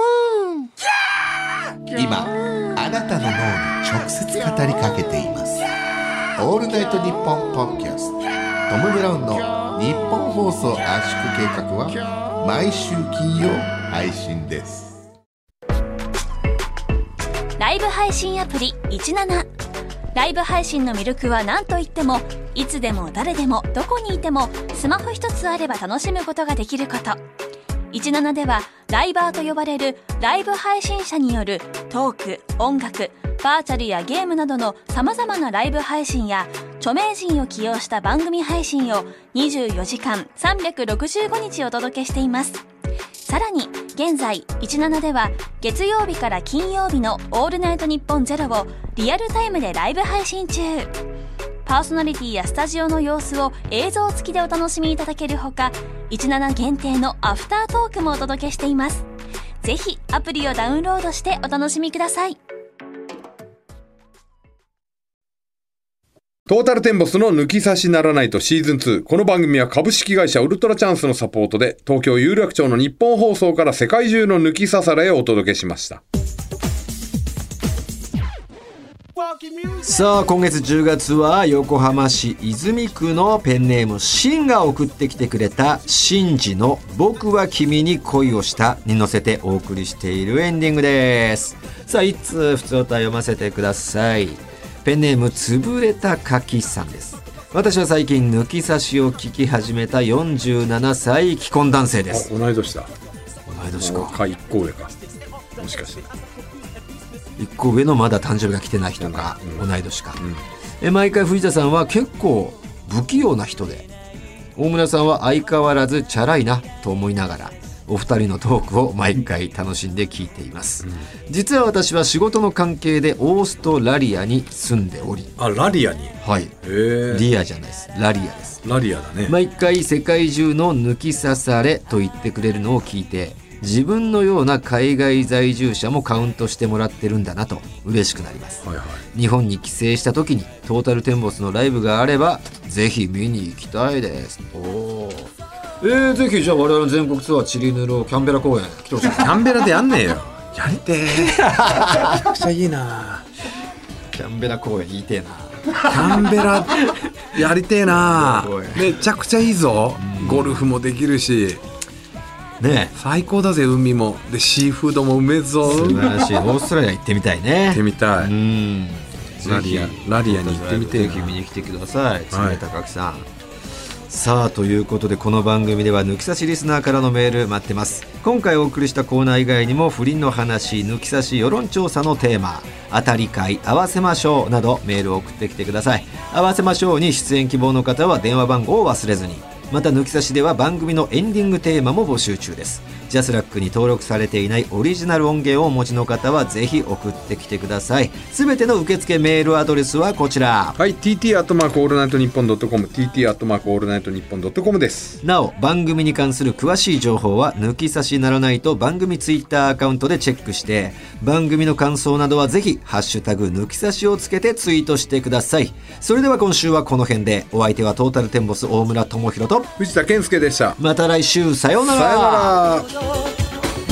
[SPEAKER 8] ー今あなたの脳に直接語りかけていますオールナイトニッポンポッドキャストトム・ブラウンの日本放送圧縮計画は毎週金曜配信です
[SPEAKER 1] ライブ配信アプリ17ライブ配信の魅力は何といってもいつでも誰でもどこにいてもスマホ一つあれば楽しむことができること17ではライバーと呼ばれるライブ配信者によるトーク音楽バーチャルやゲームなどのさまざまなライブ配信や著名人を起用した番組配信を24時間365日お届けしていますさらに現在17では月曜日から金曜日の「オールナイトニッポンゼロをリアルタイムでライブ配信中パーソナリティやスタジオの様子を映像付きでお楽しみいただけるほか17限定のアフタートークもお届けしていますぜひアプリをダウンロードしてお楽しみください
[SPEAKER 3] トータルテンボスの抜き差しならないとシーズン2。この番組は株式会社ウルトラチャンスのサポートで、東京有楽町の日本放送から世界中の抜き差されをお届けしました。
[SPEAKER 2] さあ今月10月は横浜市泉区のペンネームシンが送ってきてくれた「シンジの僕は君に恋をした」に乗せてお送りしているエンディングですさあ一通普通歌読ませてくださいペンネームつぶれた柿さんです私は最近抜き差しを聞き始めた47歳既婚男性で
[SPEAKER 3] あ
[SPEAKER 2] す
[SPEAKER 3] 同い年だ。
[SPEAKER 2] 同い年
[SPEAKER 3] もう
[SPEAKER 2] か
[SPEAKER 3] か一個上か。もしかして。
[SPEAKER 2] 一個上のまだ誕生日が来てない人か同い年か、え毎回藤田さんは結構不器用な人で大村さんは相変わらずチャラいなと思いながらお二人のトークを毎回楽しんで聞いています、実は私は仕事の関係でオーストラリアに住んでおり
[SPEAKER 4] あラリアにへ
[SPEAKER 2] はい
[SPEAKER 4] え
[SPEAKER 2] リアじゃないですラリアです
[SPEAKER 4] ラリアだね
[SPEAKER 2] 毎回世界中の抜き刺されと言ってくれるのを聞いて自分のような海外在住者もカウントしてもらってるんだなと嬉しくなります
[SPEAKER 3] はいはい。
[SPEAKER 2] 日本に帰省した時にトータルテンボスのライブがあればぜひ見に行きたいですおおえー、ぜひじゃあ我々の全国ツアーチリヌロキャンベラ公演来てほしい
[SPEAKER 4] キャンベラでやんねえよやりてえめちゃくちゃいいな
[SPEAKER 2] キャンベラ公演言いてえな
[SPEAKER 4] キャンベラやりてえな
[SPEAKER 2] すごい
[SPEAKER 4] めちゃくちゃいいぞゴルフもできるし
[SPEAKER 2] ねえ
[SPEAKER 4] 最高だぜ海もでシーフードもうめえぞ
[SPEAKER 2] 素
[SPEAKER 4] 行
[SPEAKER 2] 晴らしいオーストラリア行ってみたいね
[SPEAKER 4] ってみた
[SPEAKER 2] う
[SPEAKER 4] い
[SPEAKER 2] ん
[SPEAKER 4] ラリアラリアに行ってみてえ
[SPEAKER 2] ぜひ
[SPEAKER 4] な
[SPEAKER 2] 見に来てください
[SPEAKER 4] はい
[SPEAKER 2] 冷高木さん、さあということでこの番組では抜き差しリスナーからのメール待ってます今回お送りしたコーナー以外にも不倫の話抜き差し世論調査のテーマ当たり会合わせましょうなどメールを送ってきてください合わせましょうに出演希望の方は電話番号を忘れずにまた抜き差しでは番組のエンディングテーマも募集中ですジャスラックに登録されていないオリジナル音源をお持ちの方はぜひ送ってきてくださいすべての受付メールアドレスはこちら
[SPEAKER 3] はい、TT アットマークオールナイトニッポンドットコム、TT アットマークオールナイトニッポンドットコムです。
[SPEAKER 2] なお番組に関する詳しい情報は抜き差しならないと番組ツイッターアカウントでチェックして番組の感想などはぜひ「ハッシュタグ抜き差し」をつけてツイートしてくださいそれでは今週はこの辺でお相手はトータルテンボス大村智広と
[SPEAKER 3] 藤田健介でした。
[SPEAKER 2] また来週さような
[SPEAKER 3] さような
[SPEAKER 2] ら
[SPEAKER 3] ら。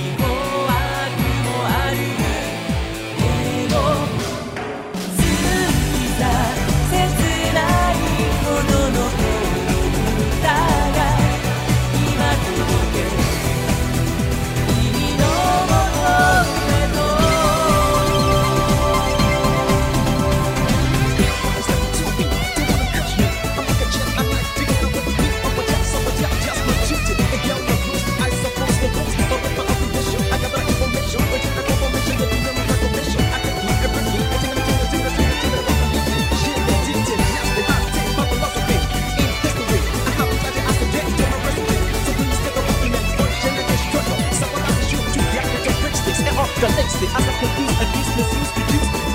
[SPEAKER 9] 切ない
[SPEAKER 7] The next day, as I confuse and dismiss, use, reduce